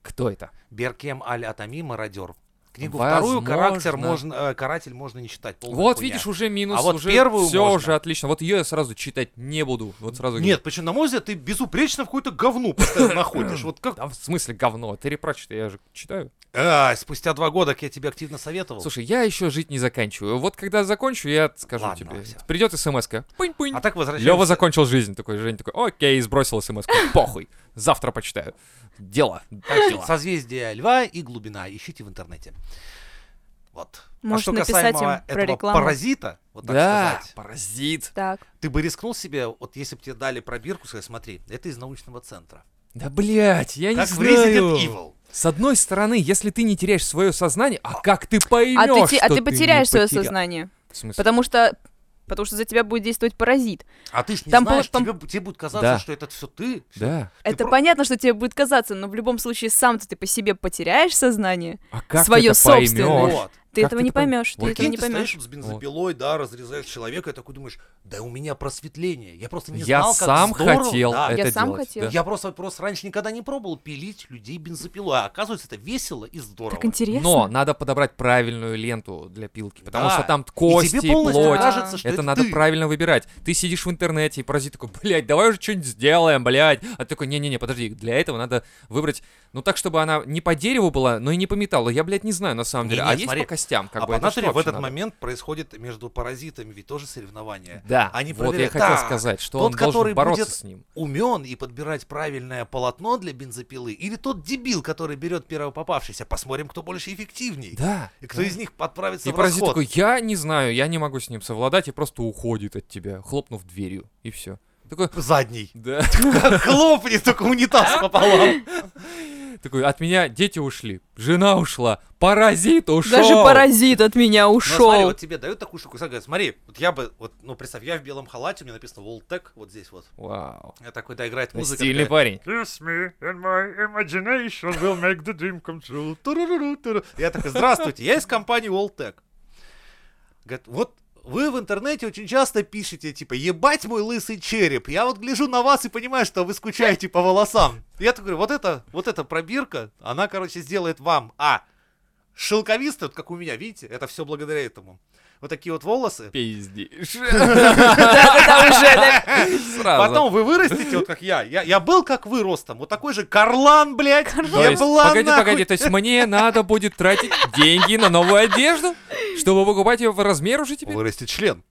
Кто это?
Беркем Аль Атами мародер. Книгу вторую
Возможно.
характер можно, э, каратель можно не читать. полная
Вот,
хуйня.
видишь, уже минус,
А вот
уже
первую
все
можно.
уже отлично. Вот ее я сразу читать не буду. Вот сразу говорю.
Нет, почему, на мой взгляд, ты безупречно в какую-то
[LAUGHS]
говну постоянно находишь. Вот как...
Да А в смысле говно? Ты репрочит, я же читаю.
А, спустя два года как я тебе активно советовал.
Слушай, я еще жить не заканчиваю. Вот когда закончу, я скажу
Ладно,
тебе.
всё.
Придет смс-ка. Пынь-пынь.
а так возвращаемся...
Лева закончил жизнь. Такой Жень такой, окей, сбросил
[LAUGHS]
смс-ку. Похуй. Завтра почитаю. Дело.
Так,
дела.
Созвездие льва и глубина. Ищите в интернете. Вот. а
Можешь
что
написать
касаемо
им про
этого
рекламу.
паразита, вот так
да,
сказать,
паразит.
Так,
ты бы рискнул себе, вот если бы тебе дали пробирку, сказать, смотри, это из научного центра.
Да блять, я
как
не
в
знаю.
Resident Evil.
С одной стороны, если ты не теряешь свое сознание, а как ты поймешь,
а ты, те- а
что
ты потеряешь
не
свое
потеря-
сознание,
В смысле?
потому что, потому что за тебя будет действовать паразит.
А ты ж не
Там по-
знаешь,
там-
тебе, бу- тебе будет казаться,
Да.
что это все ты. всё
Да.
Ты
это
про-
понятно, что тебе будет казаться, но в любом случае сам-то ты по себе потеряешь сознание,
А как
Своё
ты это
собственное.
поймешь?
Вот.
ты
Как
этого
ты
не
это пойм-
поймешь, ты
Вот
этого
Прикинь,
не
ты стоишь
поймешь.
с бензопилой, да, разрезаешь человека, и такой думаешь, да у меня просветление. Я просто не
Я
знал, как
сам
здорово».
хотел
Да.
это
Я сам
делать,
хотел.
да.
Я просто, просто раньше никогда не пробовал пилить людей бензопилой, а оказывается, это весело и здорово.
Так интересно.
Но надо подобрать правильную ленту для пилки, потому
Да.
что там
и
кости,
тебе полностью
плоть.
раз-
кажется, что
Это
это
надо
ты.
правильно выбирать. Ты сидишь в интернете, и паразит такой, блядь, давай уже что-нибудь сделаем, блядь. А ты такой, не-не-не, подожди, для этого надо выбрать, ну так, чтобы она не по дереву была, но и не по металлу. Я, блядь, не знаю на самом деле.
Не-не,
а есть
смотри,
по костям, как
а
бы
по
это что
натуре в
вообще
этот
надо?
момент происходит между паразитами ведь тоже соревнование.
Да,
Они
вот я
проверяют.
хотел
Так,
сказать, что
тот,
он должен
который
бороться
будет-
с ним.
Умен и подбирать правильное полотно для бензопилы, или тот дебил, который берет первого попавшийся. Посмотрим, кто больше эффективней.
Да.
И кто
да.
из них подправится
И
в
паразит
расход.
такой, я не знаю, я не могу с ним совладать, и просто уходит от тебя, хлопнув дверью, и все. Такой,
Задний. [LAUGHS]
да.
Хлопни, только унитаз пополам.
Такой, от меня дети ушли, жена ушла, паразит ушел.
Даже паразит от меня
Ну, смотри,
ушел.
вот тебе дают такую штуку, и сразу говорят, смотри, вот я бы, вот, ну, представь, я в белом халате, у меня написано Волтек, вот здесь вот.
Вау.
Я такой, да, играет
Да
музыка.
Стильный
такая,
парень.
Kiss me, and my imagination will make the dream come true. Туру-ру-ру-туру. Я такой, здравствуйте, я из компании Волтек. Говорит, вот вы в интернете очень часто пишете, типа, ебать мой лысый череп. Я вот гляжу на вас и понимаю, что вы скучаете по волосам. Я так говорю, вот это, вот эта пробирка, она, короче, сделает вам, а, шелковистый, вот как у меня, видите, это все благодаря этому. вот такие вот волосы. [LAUGHS]
Пиздишь.
Да-да-да, уже, да.
Сразу.
Потом вы вырастете, вот как я. я. Я был как вы ростом, вот такой же карлан, блядь.
То
Я
есть,
была
погоди,
нахуй.
погоди, то есть мне надо будет тратить деньги на новую одежду, чтобы покупать ее по размеру уже теперь?
Вырастет член.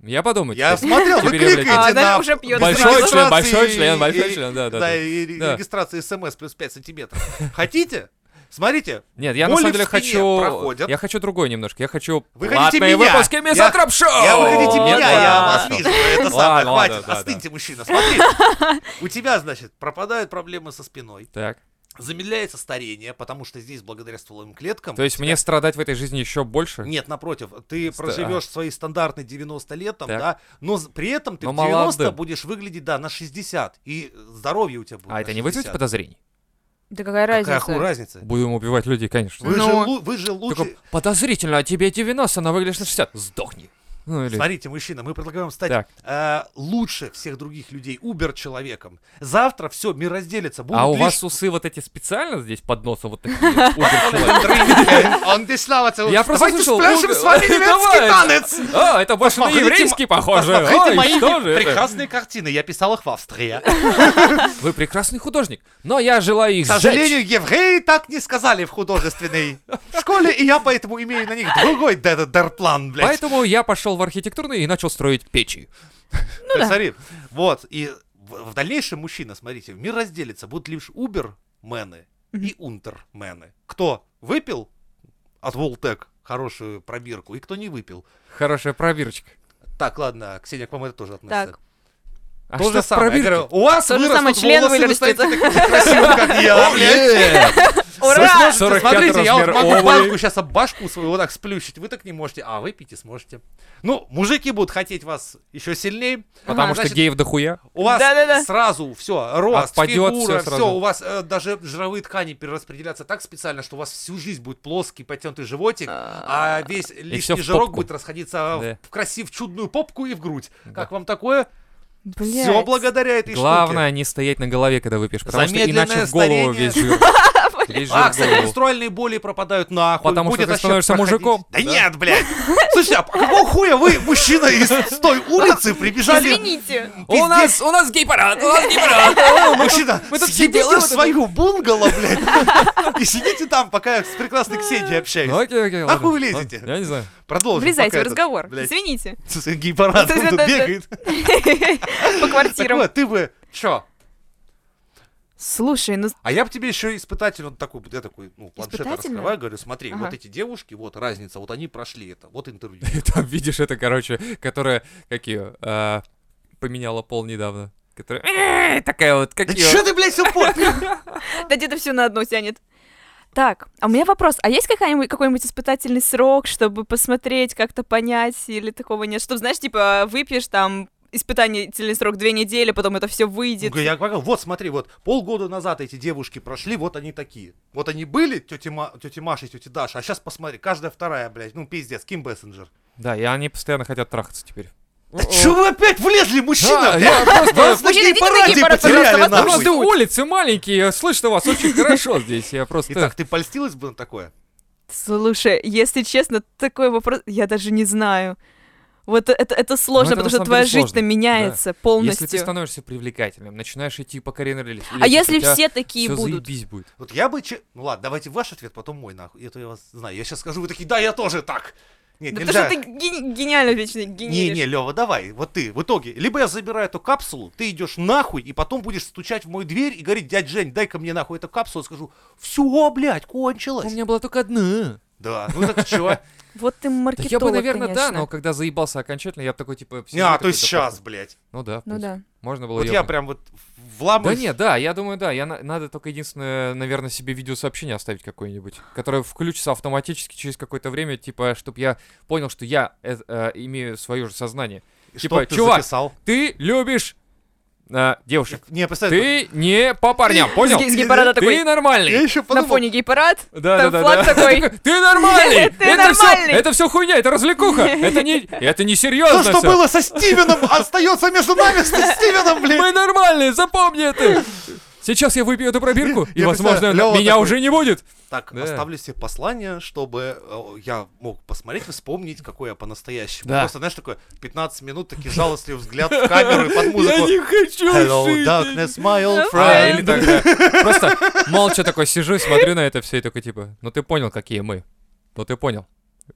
Я подумаю.
Я
теперь.
смотрел, вы
Тебе, блядь,
кликаете
А, да,
на
уже пьёт.
Большой член, большой
регистрации
член, большой
и-
член, да, да.
Да,
да.
и ре-
Да.
регистрация смс плюс 5 сантиметров. Хотите? Смотрите,
Нет, я на
Боли
самом
в
деле
спине
хочу...
проходят.
Я хочу другой немножко. Я хочу
Вы хотите
платные
меня?
выпуски
Я-
Мизантроп Шоу!
Я вы хотите
Нет,
меня,
да,
я
да,
вас
да.
вижу. Это самое,
Ладно, ладно,
хватит.
да, да.
Остыньте, мужчина,
[LAUGHS]
смотри. У тебя, значит, пропадают проблемы со спиной,
Так,
замедляется старение, потому что здесь, благодаря стволовым клеткам...
то есть мне страдать в этой жизни еще больше?
Нет, напротив, ты
Ста-
проживешь свои стандартные 90 лет, там,
Так.
да, но с- при этом ты
Но
в 90
молодым.
будешь выглядеть, да, на 60, и здоровье у тебя будет
А
на
это не
60.
вызовет подозрений?
Да какая
Какая хуй
разница?
разница?
Будем убивать людей, конечно.
Вы, же,
Ну.
лу- вы же лучше...
Только подозрительно, а тебе 90, она выглядишь на 60. Сдохни. Ну или...
Смотрите, мужчина, мы предлагаем стать
Так.
э, лучше всех других людей, убер-человеком. Завтра все, мир разделится. Будут
А у
лишь
вас усы вот эти специально здесь под носом вот такие? ужас человек?
[LAUGHS] Он бесновался.
Я просто
Давайте
слышал,
спляшем
он-
с
[LAUGHS]
вами
Давайте.
немецкий танец.
А, это больше на
Посмотрите
еврейский похоже.
Посмотрите
Ой,
мои
что же это?
прекрасные картины. Я писал их в Австрии.
Вы прекрасный художник, но я желаю их
К
сжечь.
сожалению, евреи так не сказали в художественной школе, и я поэтому имею на них другой дер- дерплан, блядь.
Поэтому я пошел в архитектурный и начал строить печи.
ну
Ты Смотри, вот, и в в дальнейшем мужчина, смотрите, мир разделится, будут лишь убермены и унтермены. Кто выпил от Волтек хорошую пробирку, и кто не выпил.
Хорошая пробирочка.
Так, ладно, Ксения, к вам это тоже относится.
Так,
А
то
что
же
с
самое. Я
пробиркой?
говорю, у вас
То же
вырастут
самое, член
волосы, вы
вырастет.
станете таким же красивым, как я, блядь.
Слышно?
ура!
45
Смотрите, я вот
размер
могу
обуви.
банку сейчас об башку свою вот так сплющить. Вы так не можете. А, выпейте сможете. Ну, мужики будут хотеть вас еще сильнее.
Потому
Ага,
что
значит,
геев дохуя.
У вас
Да-да-да.
сразу все, рост,
Отпадёт всё
фигура, все,
сразу.
у вас э, даже жировые ткани перераспределятся так специально, что у вас всю жизнь будет плоский потянутый животик, а весь
всё
лишний
в
жирок
попку.
будет расходиться в-
Да.
в красив чудную попку и в грудь.
Да.
Как вам такое?
Блядь.
Все благодаря этой штуке.
Главное не стоять на голове, когда выпьешь, потому что иначе
Замедленное
в голову
старение.
весь
[LAUGHS]
жир. Весь жир
А,
в
кстати,
голову.
менструальные боли пропадают нахуй.
Потому что
Будет
ты
вообще
становишься
проходить.
мужиком.
Да, нет, блядь. Слушай, а какого хуя вы, мужчина, из с той улицы прибежали?
Извините.
У нас, у нас гей-парад, у нас гей-парад.
Мужчина,
мы тут все
съебите
делаем
в
это,
свою бунгало, блядь, и сидите там, пока я с прекрасной Ксенией общаюсь.
Ну, окей, окей,
Нахуй
ладно.
вы лезете?
Я не знаю. [LAUGHS]
Продолжим.
Влезайте в
пока этот,
разговор.
блядь,
Извините.
[LAUGHS] с Гей-парад он тут
Да-да-да.
бегает.
По
Так
квартирам.
вот, ты бы... Чё?
Слушай, ну
А я бы тебе еще испытательно такой, я такой, ну, планшет
Испытательно?
раскрываю, говорю, смотри,
Ага.
вот эти девушки, вот разница, вот они прошли это, вот интервью.
И там видишь это, короче, которая, как ее, а, поменяла пол недавно. Которая, «Э, такая вот, как
Да
её.
чё ты, блядь, все портишь?
Да где-то все на одно тянет. Так, а у меня вопрос, а есть какая-нибудь, какой-нибудь испытательный срок, чтобы посмотреть, как-то понять или такого нет? Чтобы, знаешь, типа, выпьешь там испытательный срок две недели, потом это все выйдет.
Ну, я говорил, вот смотри, вот полгода назад эти девушки прошли, вот они такие. Вот они были, тети, Ма, тети Маша и тети Даша, а сейчас посмотри, каждая вторая, блядь, ну пиздец, Ким Бессенджер.
Да, и они постоянно хотят трахаться теперь.
Да чё вы опять влезли, мужчина?
Да,
блядь?
я просто...
Вас
Мужчина,
на
идите на
гей-параде
гей-парад,
потеряли
пожалуйста, вас
Да
нахуй.
просто улицы маленькие, слышно вас очень хорошо здесь. Я просто...
Итак, ты польстилась бы на такое?
Слушай, если честно, такой вопрос, я даже не знаю. Вот это, это сложно,
Ну, это на
потому что
самом
твоя
деле
жизнь-то
сложно,
меняется полностью.
Если ты становишься привлекательным, начинаешь идти по карьерной лестнице,
а если
у тебя
все такие
всё
будут?
заебись будет.
Вот я бы... че- Ну ладно, давайте ваш ответ, потом мой нахуй. Это я вас знаю. Я сейчас скажу, вы такие, да, я тоже так. Нет,
Да
нельзя.
потому что ты гени- гениально вечно генеришь.
Не-не, Лева, давай, вот ты, в итоге. Либо я забираю эту капсулу, ты идешь нахуй, и потом будешь стучать в мою дверь и говорить, дядь Жень, дай-ка мне нахуй эту капсулу, скажу, все, блядь,
У
кончилось.
меня была только одна.
Да, ну
[LAUGHS]
так чего?
Вот ты
Да
маркетолог,
я бы, наверное, да,
конечно.
но когда заебался окончательно, я бы такой, типа... сижу
А, то
такой,
есть
да
сейчас, блядь.
Ну да. в
Ну
принципе.
да.
Можно было
Вот я
ебнуть.
прям вот
Да
вламываюсь.
нет, да, я думаю, да. Я на- надо только единственное, наверное, себе видеосообщение оставить какое-нибудь, которое включится автоматически через какое-то время, типа, чтобы я понял, что я э, э, имею свое же сознание.
Что
типа,
ты
чувак,
записал?
Ты любишь э, девушек.
Не, представь,
Ты не по парням, понял?
С ге- с гей-парада такой,
Ты нормальный.
еще
на фоне гей-парад,
Да, да,
там
да,
флаг
да.
такой.
Такой, Ты нормальный!
[LAUGHS]
Ты
Это все,
нормальный!»
это все хуйня, это развлекуха. Это не, это не
То,
серьезно.
Ну, что было со Стивеном, остается между нами со Стивеном, блядь. [LAUGHS]
Мы нормальные, запомни это. Сейчас я выпью эту пробирку, и,
Я
возможно,
представляю, Лёва
меня
такой.
уже не будет.
Так,
Да.
оставлю себе послание, чтобы э, я мог посмотреть, вспомнить, какой я по-настоящему.
Да.
Просто, знаешь, такое 15 минут, таки жалостливый взгляд в камеру
[LAUGHS]
и под музыку.
хочу
Hello, darkness, my old
А,
Правильно.
или
friend.
такая. Просто молча такой сижу, смотрю на это все и такой типа, ну ты понял, какие мы. Ну ты понял.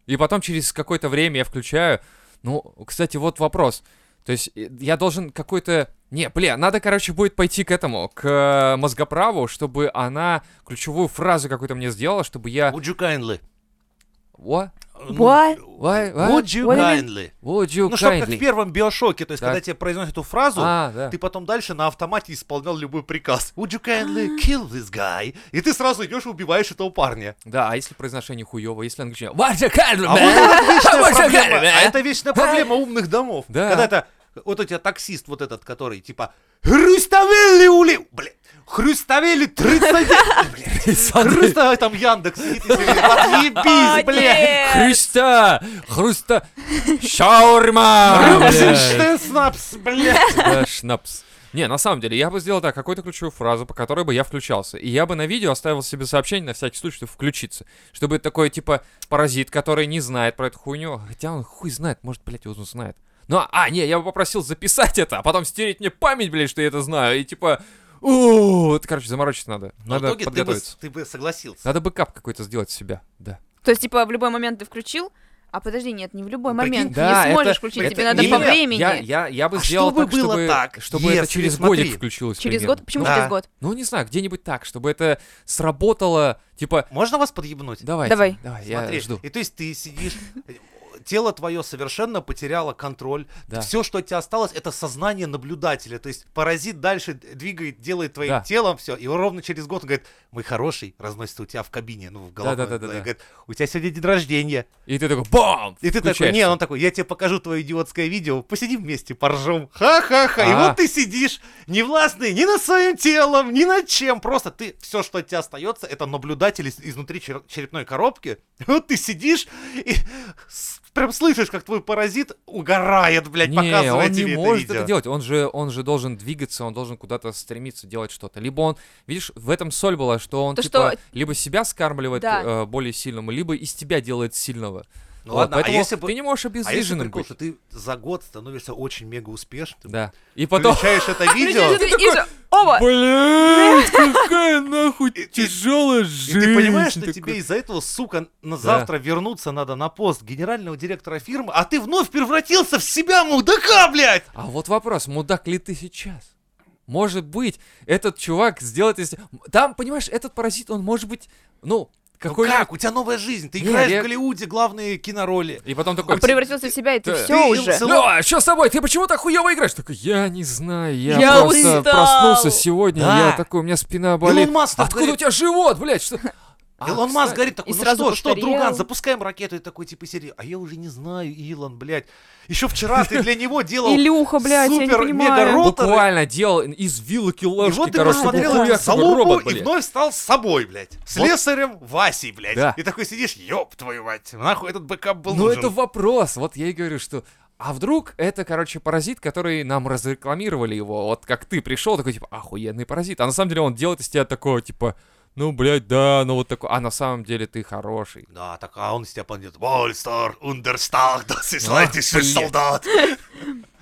И потом через какое-то время я включаю. Ну, кстати, вот вопрос. То есть э, я должен какой-то... Не, бля, надо, короче, будет пойти к этому, к э, мозгоправу, чтобы она ключевую фразу какую-то мне сделала, чтобы я...
Would you kindly?
What?
Ну,
What?
Why? What?
Would you
What do you
kindly?
Would you
Ну, чтобы как
kindly?
в первом биошоке, то есть,
Так.
когда тебе произносят эту фразу,
А, да.
ты потом дальше на автомате исполнял любой приказ. Would you kindly kill this guy? И ты сразу идешь и убиваешь этого парня.
Да, а если произношение хуёво, если англичане... What you kindly,
А вот
man?
это
[LAUGHS]
вечная
What you kindly,
проблема.
man?
А
[LAUGHS]
это вечная проблема умных домов.
Да.
Когда это вот у тебя таксист вот этот, который типа Хрюставели ули... Блин, Хрюставели 30...
[LAUGHS]
Блин,
Александр,
Хрюста... Там Яндекс сидит, и говорит, отъебись, блядь.
Христа! Хруста! Шаурма! блядь.
Рюкзельштейн Снапс, блядь.
Да, Шнапс. Не, на самом деле, я бы сделал так, какую-то ключевую фразу, по которой бы я включался. И я бы на видео оставил себе сообщение на всякий случай, чтобы включиться. Чтобы такой, типа, паразит, который не знает про эту хуйню. Хотя он хуй знает, может, блядь, его знает. Ну, а, не, я бы попросил записать это, а потом стереть мне память, блядь, что я это знаю. И типа, у это, короче, заморочиться надо.
Но в
Надо
итоге ты бы,
подготовиться.
ты бы согласился.
Надо бэкап какой-то сделать с себя, да.
То есть, типа, в любой момент ты включил, а подожди, нет, не в любой
Ну, Прикинь,
момент. Ты
да,
не сможешь
это-
включить,
это
тебе надо по
именно- я-
времени.
Я, я, я бы
А
сделал
чтобы
так,
было
чтобы,
так,
чтобы
если,
это через
смотри,
годик включилось.
Через
примерно.
год? Почему
Да.
через год?
Ну, не знаю, где-нибудь так, чтобы это сработало, типа,
Можно вас подъебнуть?
давай.
Давай.
Давай,
Смотри,
я жду.
и то есть ты сидишь, тело твое совершенно потеряло контроль.
Да.
Все, что от тебя осталось, это сознание наблюдателя. То есть паразит дальше двигает, делает твоим
Да.
телом все. И он ровно через год он говорит, мой хороший, разносится у тебя в кабине, ну, в голове.
Да-да-да-да-да.
говорит, у тебя сегодня день рождения.
И ты такой, бам!
И ты такой, не, он такой, я тебе покажу твое идиотское видео, посидим вместе, поржем. Ха-ха-ха. И
А.
вот ты сидишь, не властный ни над своим телом, ни над чем. Просто ты, все, что от тебя остается, это наблюдатель из- изнутри чер- черепной коробки. Вот ты сидишь и с- прям слышишь, как твой паразит угорает, блядь,
не,
показывая
он
тебе
не
это
может
видео.
это делать. Он же, он же должен двигаться, он должен куда-то стремиться делать что-то. Либо он, видишь, в этом соль была, что он
То,
типа
что-
либо себя скармливает
Да.
э, более сильному, либо из тебя делает сильного.
Ну
Вот,
ладно, а
поэтому
если бы...
ты не можешь
А если
обездвиженным
прикол,
быть.
что ты за год становишься очень мега успешным,
Да. И потом, [LAUGHS]
включаешь это видео,
Включаешь это и же- Оба!
Блять, какая нахуй
И- и-
тяжелая
И
жизнь.
ты понимаешь, что
такой.
тебе из-за этого, сука, на завтра вернуться надо на пост генерального директора фирмы, а ты вновь превратился в себя, мудака, блядь! Ну
А вот вопрос, мудак ли ты сейчас? Может быть, этот чувак сделает из... Там, понимаешь, этот паразит, он может быть, ну,
Ну
какой
как? У тебя новая жизнь, ты
Не,
играешь
я-
в Голливуде главные кинороли.
И потом такой...
Он превратился в себя, и ты
Да.
все
Ты
уже.
целый-
Ну, а что с тобой? Ты почему так хуёво играешь? Такой, я не знаю, я,
Я
просто
устал.
проснулся сегодня,
Да.
я такой, у меня спина болит.
Илон Маск так
Откуда
говорит.
у тебя живот, блядь? Что... А,
Илон Маск
кстати,
говорит такой,
И
ну
сразу
что, что,
постарел.
друган, запускаем ракету, и такой типа из серии, а я уже не знаю, Илон, блядь. Еще вчера ты для
[LAUGHS]
него делал...
Илюха, блядь, я не
супер-мега
понимаю.
рот. роторы.
Буквально делал из вилки
И
ложки,
вот ты
короче,
посмотрел
такой,
эту
«Хуя себе
залупу
робот,
и
блядь».
вновь стал собой, блядь. Слесарем Васей, блядь.
Да.
И такой сидишь, ёб твою мать, нахуй этот бэкап был
Ну
нужен.
это вопрос, вот я и говорю, что... А вдруг это, короче, паразит, который нам разрекламировали его, вот как ты пришел, такой, типа, охуенный паразит, а на самом деле он делает из тебя такого, типа, ну, блядь, да, ну вот такой, а на самом деле ты хороший.
Да, так а он из тебя понят. Вольстер, Ундерстаг, das ist
Ах,
латишный
блядь.
солдат.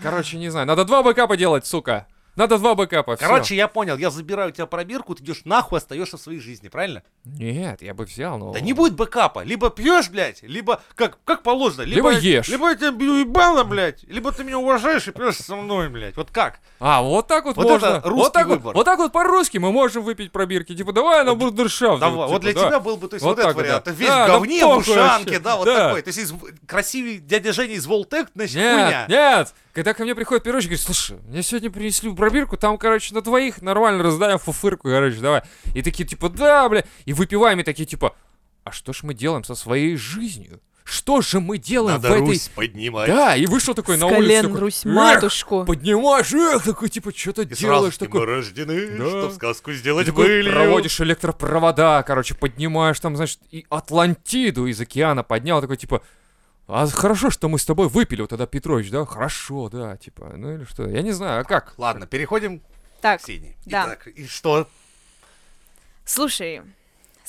Короче, не знаю, надо два бэкапа делать, сука. Надо два бэкапа, всё.
Короче, я понял, я забираю у тебя пробирку, ты идешь нахуй, остаешься в своей жизни, правильно?
Нет, я бы взял, но...
Да не будет бэкапа. Либо пьешь, блядь, либо как, как положено.
Либо
Либо,
ешь.
Либо я тебя бью ебало, блядь, либо ты меня уважаешь и пьешь со мной, блядь. Вот как?
А, вот так вот,
Вот
можно.
это русский
вот так
выбор.
вот, вот так вот по-русски мы можем выпить пробирки. Типа, давай на бурдершафт.
Давай,
типа,
вот для
да.
тебя был бы, то есть,
Вот
вот, этот
так вот,
вариант.
да.
Ты Весь
Да,
в
да
говне, в
похуй вообще,
ушанке, да, вот
да.
такой. То есть, из красивый дядя Женя из Волтек, значит, хуйня.
Нет, нет, когда ко мне приходит пирожник, говорит, слушай, мне сегодня принесли пробирку, там, короче, на двоих нормально раздаем фуфырку, короче, давай. И такие, типа, да, бля, и выпиваем, и такие, типа, а что ж мы делаем со своей жизнью? Что же мы делаем в этой...
поднимать.
Да, и вышел такой
С
на улицу,
колен,
такой,
Русь,
«Эх,
матушку.
поднимаешь, эх, такой, типа, что-то делаешь, такой,
рождены,
Да. что в
сказку
и
сделать
такой проводишь электропровода, короче, поднимаешь там, значит, и Атлантиду из океана поднял, такой, типа, а хорошо, что мы с тобой выпили вот тогда, Петрович, да? Хорошо, да, типа, ну или что, я не знаю, а как?
Ладно, переходим
Так,
Ксении.
да.
Итак, и что?
слушай,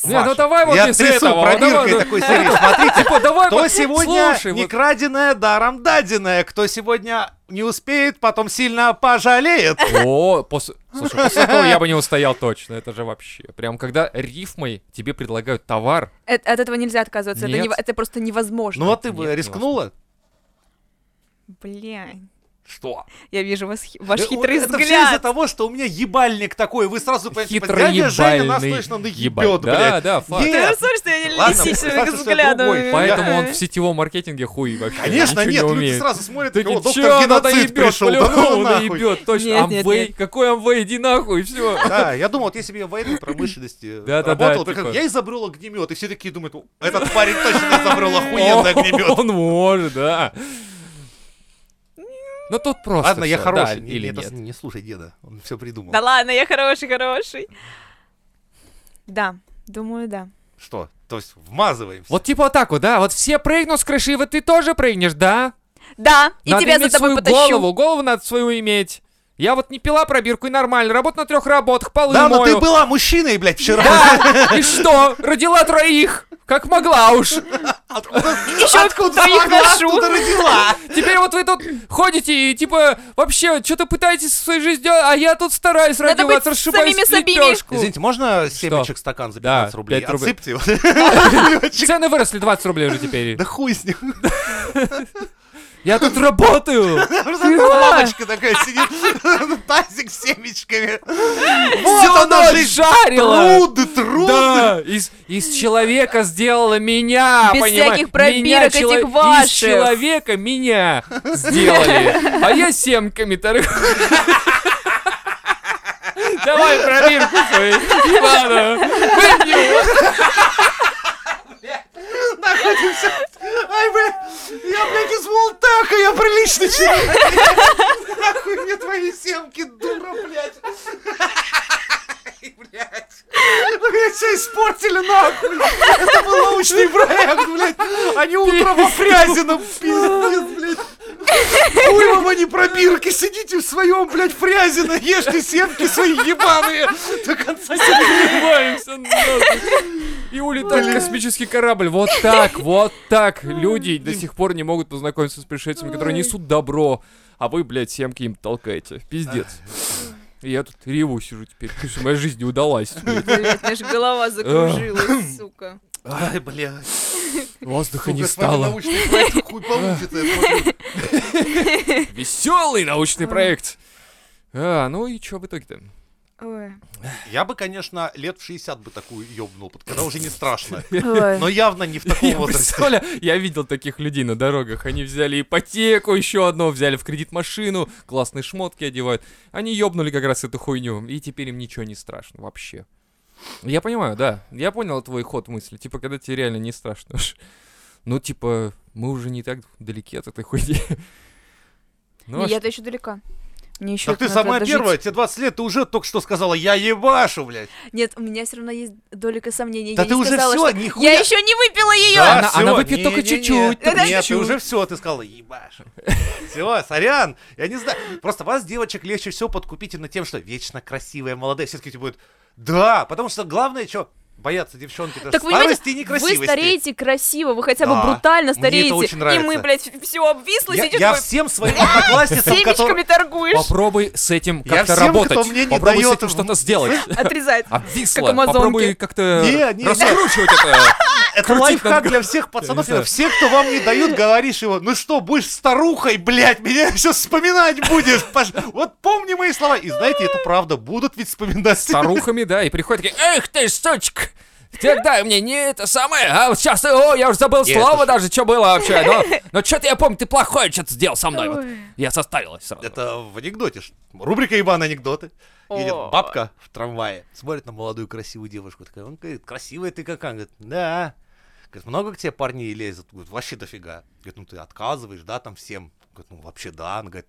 Не, ну
Ваше.
давай вот
Я
без
трясу
этого. вот
пробиркой
давай, [LAUGHS]
такой серии. Смотрите,
Типа, давай
кто
вот,
сегодня
слушай,
не
вот,
краденое, даром даденное. Кто сегодня не успеет, потом сильно пожалеет.
О, после... Слушай, после этого я бы не устоял точно, это же вообще. Прям когда рифмой тебе предлагают товар,
э- от, этого нельзя отказываться, это,
Нет.
нево- это просто невозможно.
Ну вот ты бы
Нет,
рискнула.
Бля,
Что?
я вижу вас, хи- ваш
Э, вот
хитрый
это все из-за
взгляд.
того, что у меня ебальник такой. Вы сразу понимаете, типа,
хитрый
дядя Женя нас
ебальный
точно наебет,
ебать. Да,
блядь.
да, факт.
Е-
Ты
Нет.
смотри, что я не
Ладно,
лисичным
представь, что я другой.
взглядом.
Поэтому
[LAUGHS]
он
Э,
в сетевом маркетинге хуй вообще.
Конечно,
ничего
нет,
не
люди
умеет.
сразу
[LAUGHS]
смотрят,
Такие,
такого,
«Чё,
доктор геноцид
наебёт,
пришел, да
по-любому
ну нахуй.
наебёт, точно,
Нет, нет,
Амвей,
нет.
какой Амвей, иди нахуй, все.
[LAUGHS] Да, я думал, вот если бы я в военной промышленности
Да-да-да,
работал,
типа-
только я изобрел огнемет, и все такие думают, «О, этот парень точно изобрел охуенный огнемет.
Он может, да. Но тут просто.
Ладно, я
всё,
хороший.
да,
Не-
или
не, это-
нет.
Не слушай деда, он все придумал.
Да ладно, я хороший, хороший. Да, думаю, да.
Что? То есть вмазываемся.
Вот типа вот так вот, да? Вот все прыгнут с крыши, вот ты тоже прыгнешь, да?
Да, и
Надо
тебя за
иметь
тобой
свою
потащу.
голову, голову надо свою иметь. Я вот не пила пробирку и нормально, работа на трех работах, полы
Да, но
мою.
ты была мужчиной, блядь, вчера. [LAUGHS]
Да, и что? Родила троих, как могла уж.
Откуда [LAUGHS]
Еще
откуда
троих
смогла,
А, ношу.
[LAUGHS]
откуда родила?
Теперь вот вы тут ходите и типа вообще что-то пытаетесь в своей жизни делать, а я тут стараюсь
Надо
ради
быть
вас расшибаюсь
самими
в
собими.
лепешку.
Извините, можно семечек стакан за
Да,
15 рублей?
пять рублей.
Отсыпьте. Семечек.
Цены выросли 20 рублей уже теперь.
[LAUGHS] Да хуй с ним. [LAUGHS]
Я тут работаю.
Просто Мамочка такая сидит, [LAUGHS] тазик с семечками.
Всю
Вот она
ночь
жизнь.
жарила.
Труды, труды.
Да, из, из человека сделала меня,
Без
понимаешь?
всяких пробирок
Меня
этих
чело- Из
ваших.
человека меня сделали, а я семками
[LAUGHS]
торгую. Давай пробирку свою, Ивана, выпьем.
Находимся. Ай, бля, я, блядь, из Волтаха, я приличный человек. Нахуй мне твои семки, дура, блядь. Ай, Блядь. Ну, блядь, все испортили нахуй. Это был научный проект, блядь. Они утром во Фрязином, пиздец, блядь. Хуй вам они пробирки, сидите в своем, блядь, Фрязино, ешьте семки свои ебаные. До конца
Срываемся нахуй. И улетает космический корабль. Вот так, вот так. Люди до сих пор не могут познакомиться с пришельцами, которые несут добро. А вы, блядь, семки им толкаете. Пиздец. И я тут реву сижу теперь. Ты что, моя жизнь не удалась. блядь.
Блядь, у меня же
[CLEARS THROAT]
голова закружилась, сука.
Ай, блядь.
Воздуха не
Сука, с вами
стало.
научный проект, хуй получится, я смотрю.
Веселый научный проект. А, ну и что в итоге-то?
Ой.
Я бы, конечно, лет в 60 бы такую ёбнул, под- когда уже не страшно.
[LAUGHS] Ой.
Но явно не в таком
Я
возрасте.
представляю, я видел таких людей на дорогах. Они взяли ипотеку, еще одно, взяли в кредит машину, классные шмотки одевают. Они ёбнули как раз эту хуйню, и теперь им ничего не страшно вообще. Я понимаю, да. Я понял твой ход мысли. Типа, когда тебе реально не страшно [LAUGHS] уж. Ну, типа, мы уже не так далеки от этой хуйни. [LAUGHS] Ну, а
Не,
ш-
Я-то еще далека. Мне еще
Так ты самая первая, тебе 20 лет, ты уже только что сказала, я ебашу, блядь.
Нет, у меня все равно есть долика сомнений.
Да
я
ты
не
уже
сказала,
все,
что-
нихуя.
Я еще не выпила ее!
Да,
Она-
всё,
она выпьет
не-
только
не- не.
чуть-чуть, только
Нет, ты
чуть-чуть.
уже все, ты сказала, ебашу. Все, сорян, я не знаю. Просто вас, девочек, легче всего подкупить именно тем, что вечно красивая, молодая. Все таки будут, да, потому что главное, что боятся девчонки, это
Так
ж
вы понимаете,
старости и
Вы
некрасивости.
стареете красиво, вы хотя бы
Да.
брутально
Мне это
стареете.
очень
И мы,
нравится.
блядь, все обвисло,
Я,
сидишь
я
такой,
всем своим одноклассницам, которые...
семечками торгуешь,
Попробуй с этим
Я
как-то
всем, кто
работать.
мне не
Попробуй с
даёт
этим
в-
что-то сделать.
[LAUGHS]
отрезать.
Обвисло.
Как амазонки.
Попробуй как-то
Не, не, не.
раскручивать это.
Это
Крутить
лайфхак
надо. [LAUGHS]
для всех
не
пацанов.
знаю.
Все, кто вам не дают, говоришь его, ну что, будешь старухой, блядь, меня [LAUGHS] сейчас вспоминать будешь. Паш». Вот помни мои слова. И знаете, это правда, будут ведь вспоминать.
старухами, да, и приходят такие, эх ты, сучка! Тогда мне не это самое, а сейчас, о, я уже забыл
Не,
слово
слушай.
даже, что было вообще,
[LAUGHS]
но, но что-то я помню, ты плохое что-то сделал со мной, вот.
Ой.
Я состарилась сразу.
[LAUGHS] Это в анекдоте. ж. Рубрика Иван анекдоты. Идет
О.
бабка в трамвае, смотрит на молодую красивую девушку. Такая, он говорит, красивая ты какая. Она Говорит, да. Говорит, много к тебе парней лезет? Говорит, вообще дофига. Говорит, ну ты отказываешь, да, там всем?
[LAUGHS]
Говорит, ну вообще да. Она говорит,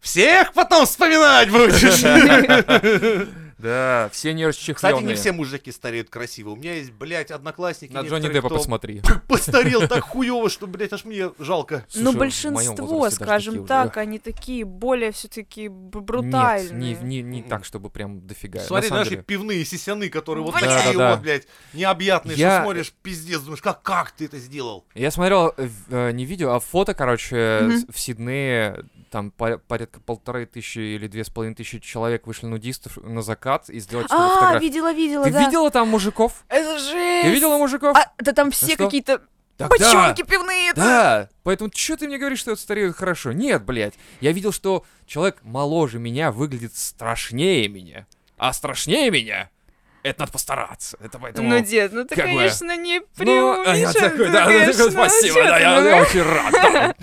всех потом вспоминать будешь.
Да, все не
Кстати, не
расчехленные.
все мужики стареют красиво. У меня есть, блядь, одноклассники.
На Джонни
некоторые,
Деппа [LAUGHS]
кто
посмотри.
Постарел так хуево, что, блядь, аж мне жалко.
Слушай,
Ну,
в моём
большинство,
возрасте даже такие
скажем
уже.
так, они такие более все-таки
Нет,
брутальные.
не, не, не
Мгм.
так, чтобы прям дофига. На
Смотри,
самом
наши
деле.
пивные сисяны, которые вот
Блядь.
такие
Да-да-да.
вот, блядь, необъятные,
Я-
что смотришь, пиздец, думаешь, как, как ты это сделал?
Я смотрел э, в- э, не видео, а фото, короче,
Мгм.
с- в Сиднее, там пор- порядка полторы тысячи или две с половиной тысячи человек вышли нудистов на закат и сделать что-то
А,
фотографии.
видела, видела,
Ты
да.
видела там мужиков?
Это жесть.
Ты видела мужиков?
А, да там все
что?
какие-то
Так да.
бочонки пивные. это-
Да, поэтому что ты мне говоришь, что это стареют хорошо? Нет, блядь, я видел, что человек моложе меня выглядит страшнее меня. А страшнее меня, это надо постараться. Это поэтому...
Ну, дед, ну ты,
как бы-
конечно, не
Ну, а я
преуменьшай,
такой,
ты,
да, да,
конечно,
такой, спасибо,
чё
да,
ты,
я,
ну,
я очень рад. да».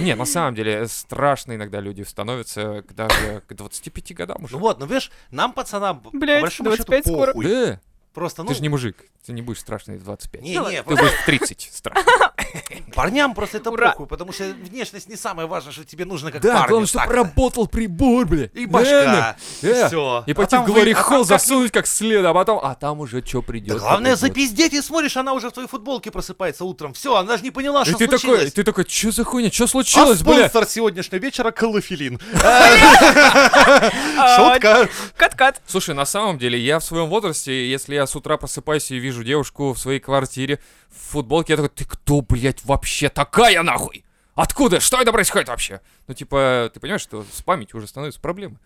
Не, на самом деле, страшно иногда люди становятся к- даже к 25 годам
Ну
уже.
вот, ну видишь, нам, пацанам, по
Блядь,
большому счету,
25 скоро.
похуй.
Да,
Просто, ну,
ты же не мужик, ты не будешь страшный в 25.
не,
Ты
не,
Давай.
просто
будешь в 30 страшный.
парням просто это
Ура.
похуй, потому что внешность не самое важное, что тебе нужно как
Да,
парню.
главное, чтобы
так-то.
работал прибор, бля.
И
Реально.
башка,
Э,
и А все.
И пойти в говорихол засунуть а как след, а потом, а там уже что придет.
Да главное запиздеть, и смотришь, она уже в твоей футболке просыпается утром. Все, она даже не поняла,
И
что
ты
случилось.
такой, ты такой, что за хуйня, что
А
случилось, бля?
спонсор сегодняшнего вечера —
[LAUGHS]
Калофилин. Шутка.
Кат-кат.
Слушай, на самом деле, я в своем возрасте, если я с утра просыпаюсь и вижу девушку в своей квартире в футболке, я такой, ты кто, блядь, вообще такая нахуй? Откуда? Что это происходит вообще? Ну, типа, ты понимаешь, что с памятью уже становятся проблемы.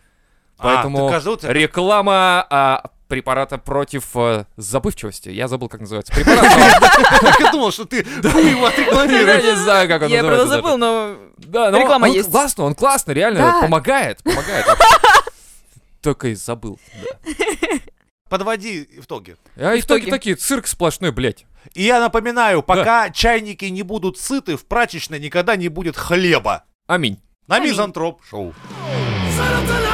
А,
Поэтому
ты каждое утро-
реклама а, препарата против а, забывчивости. Я забыл, как называется.
[LAUGHS]
Препарат.
Так и думал, что ты
[LAUGHS]
хуево
Я
отрекламируешь.
не знаю, как он
Я
называется.
правда
даже.
забыл, но...
Да, но
Реклама
он
есть.
классно, он классно, реально
Да.
помогает,
[LAUGHS]
помогает. Только и забыл. да.
Подводи итоги.
А и
итоге.
такие, такие цирк сплошной, блядь.
И я напоминаю, пока чайники не будут сыты, в прачечной никогда не будет хлеба.
Аминь.
На
Аминь.
мизантроп шоу.
Son of the lion.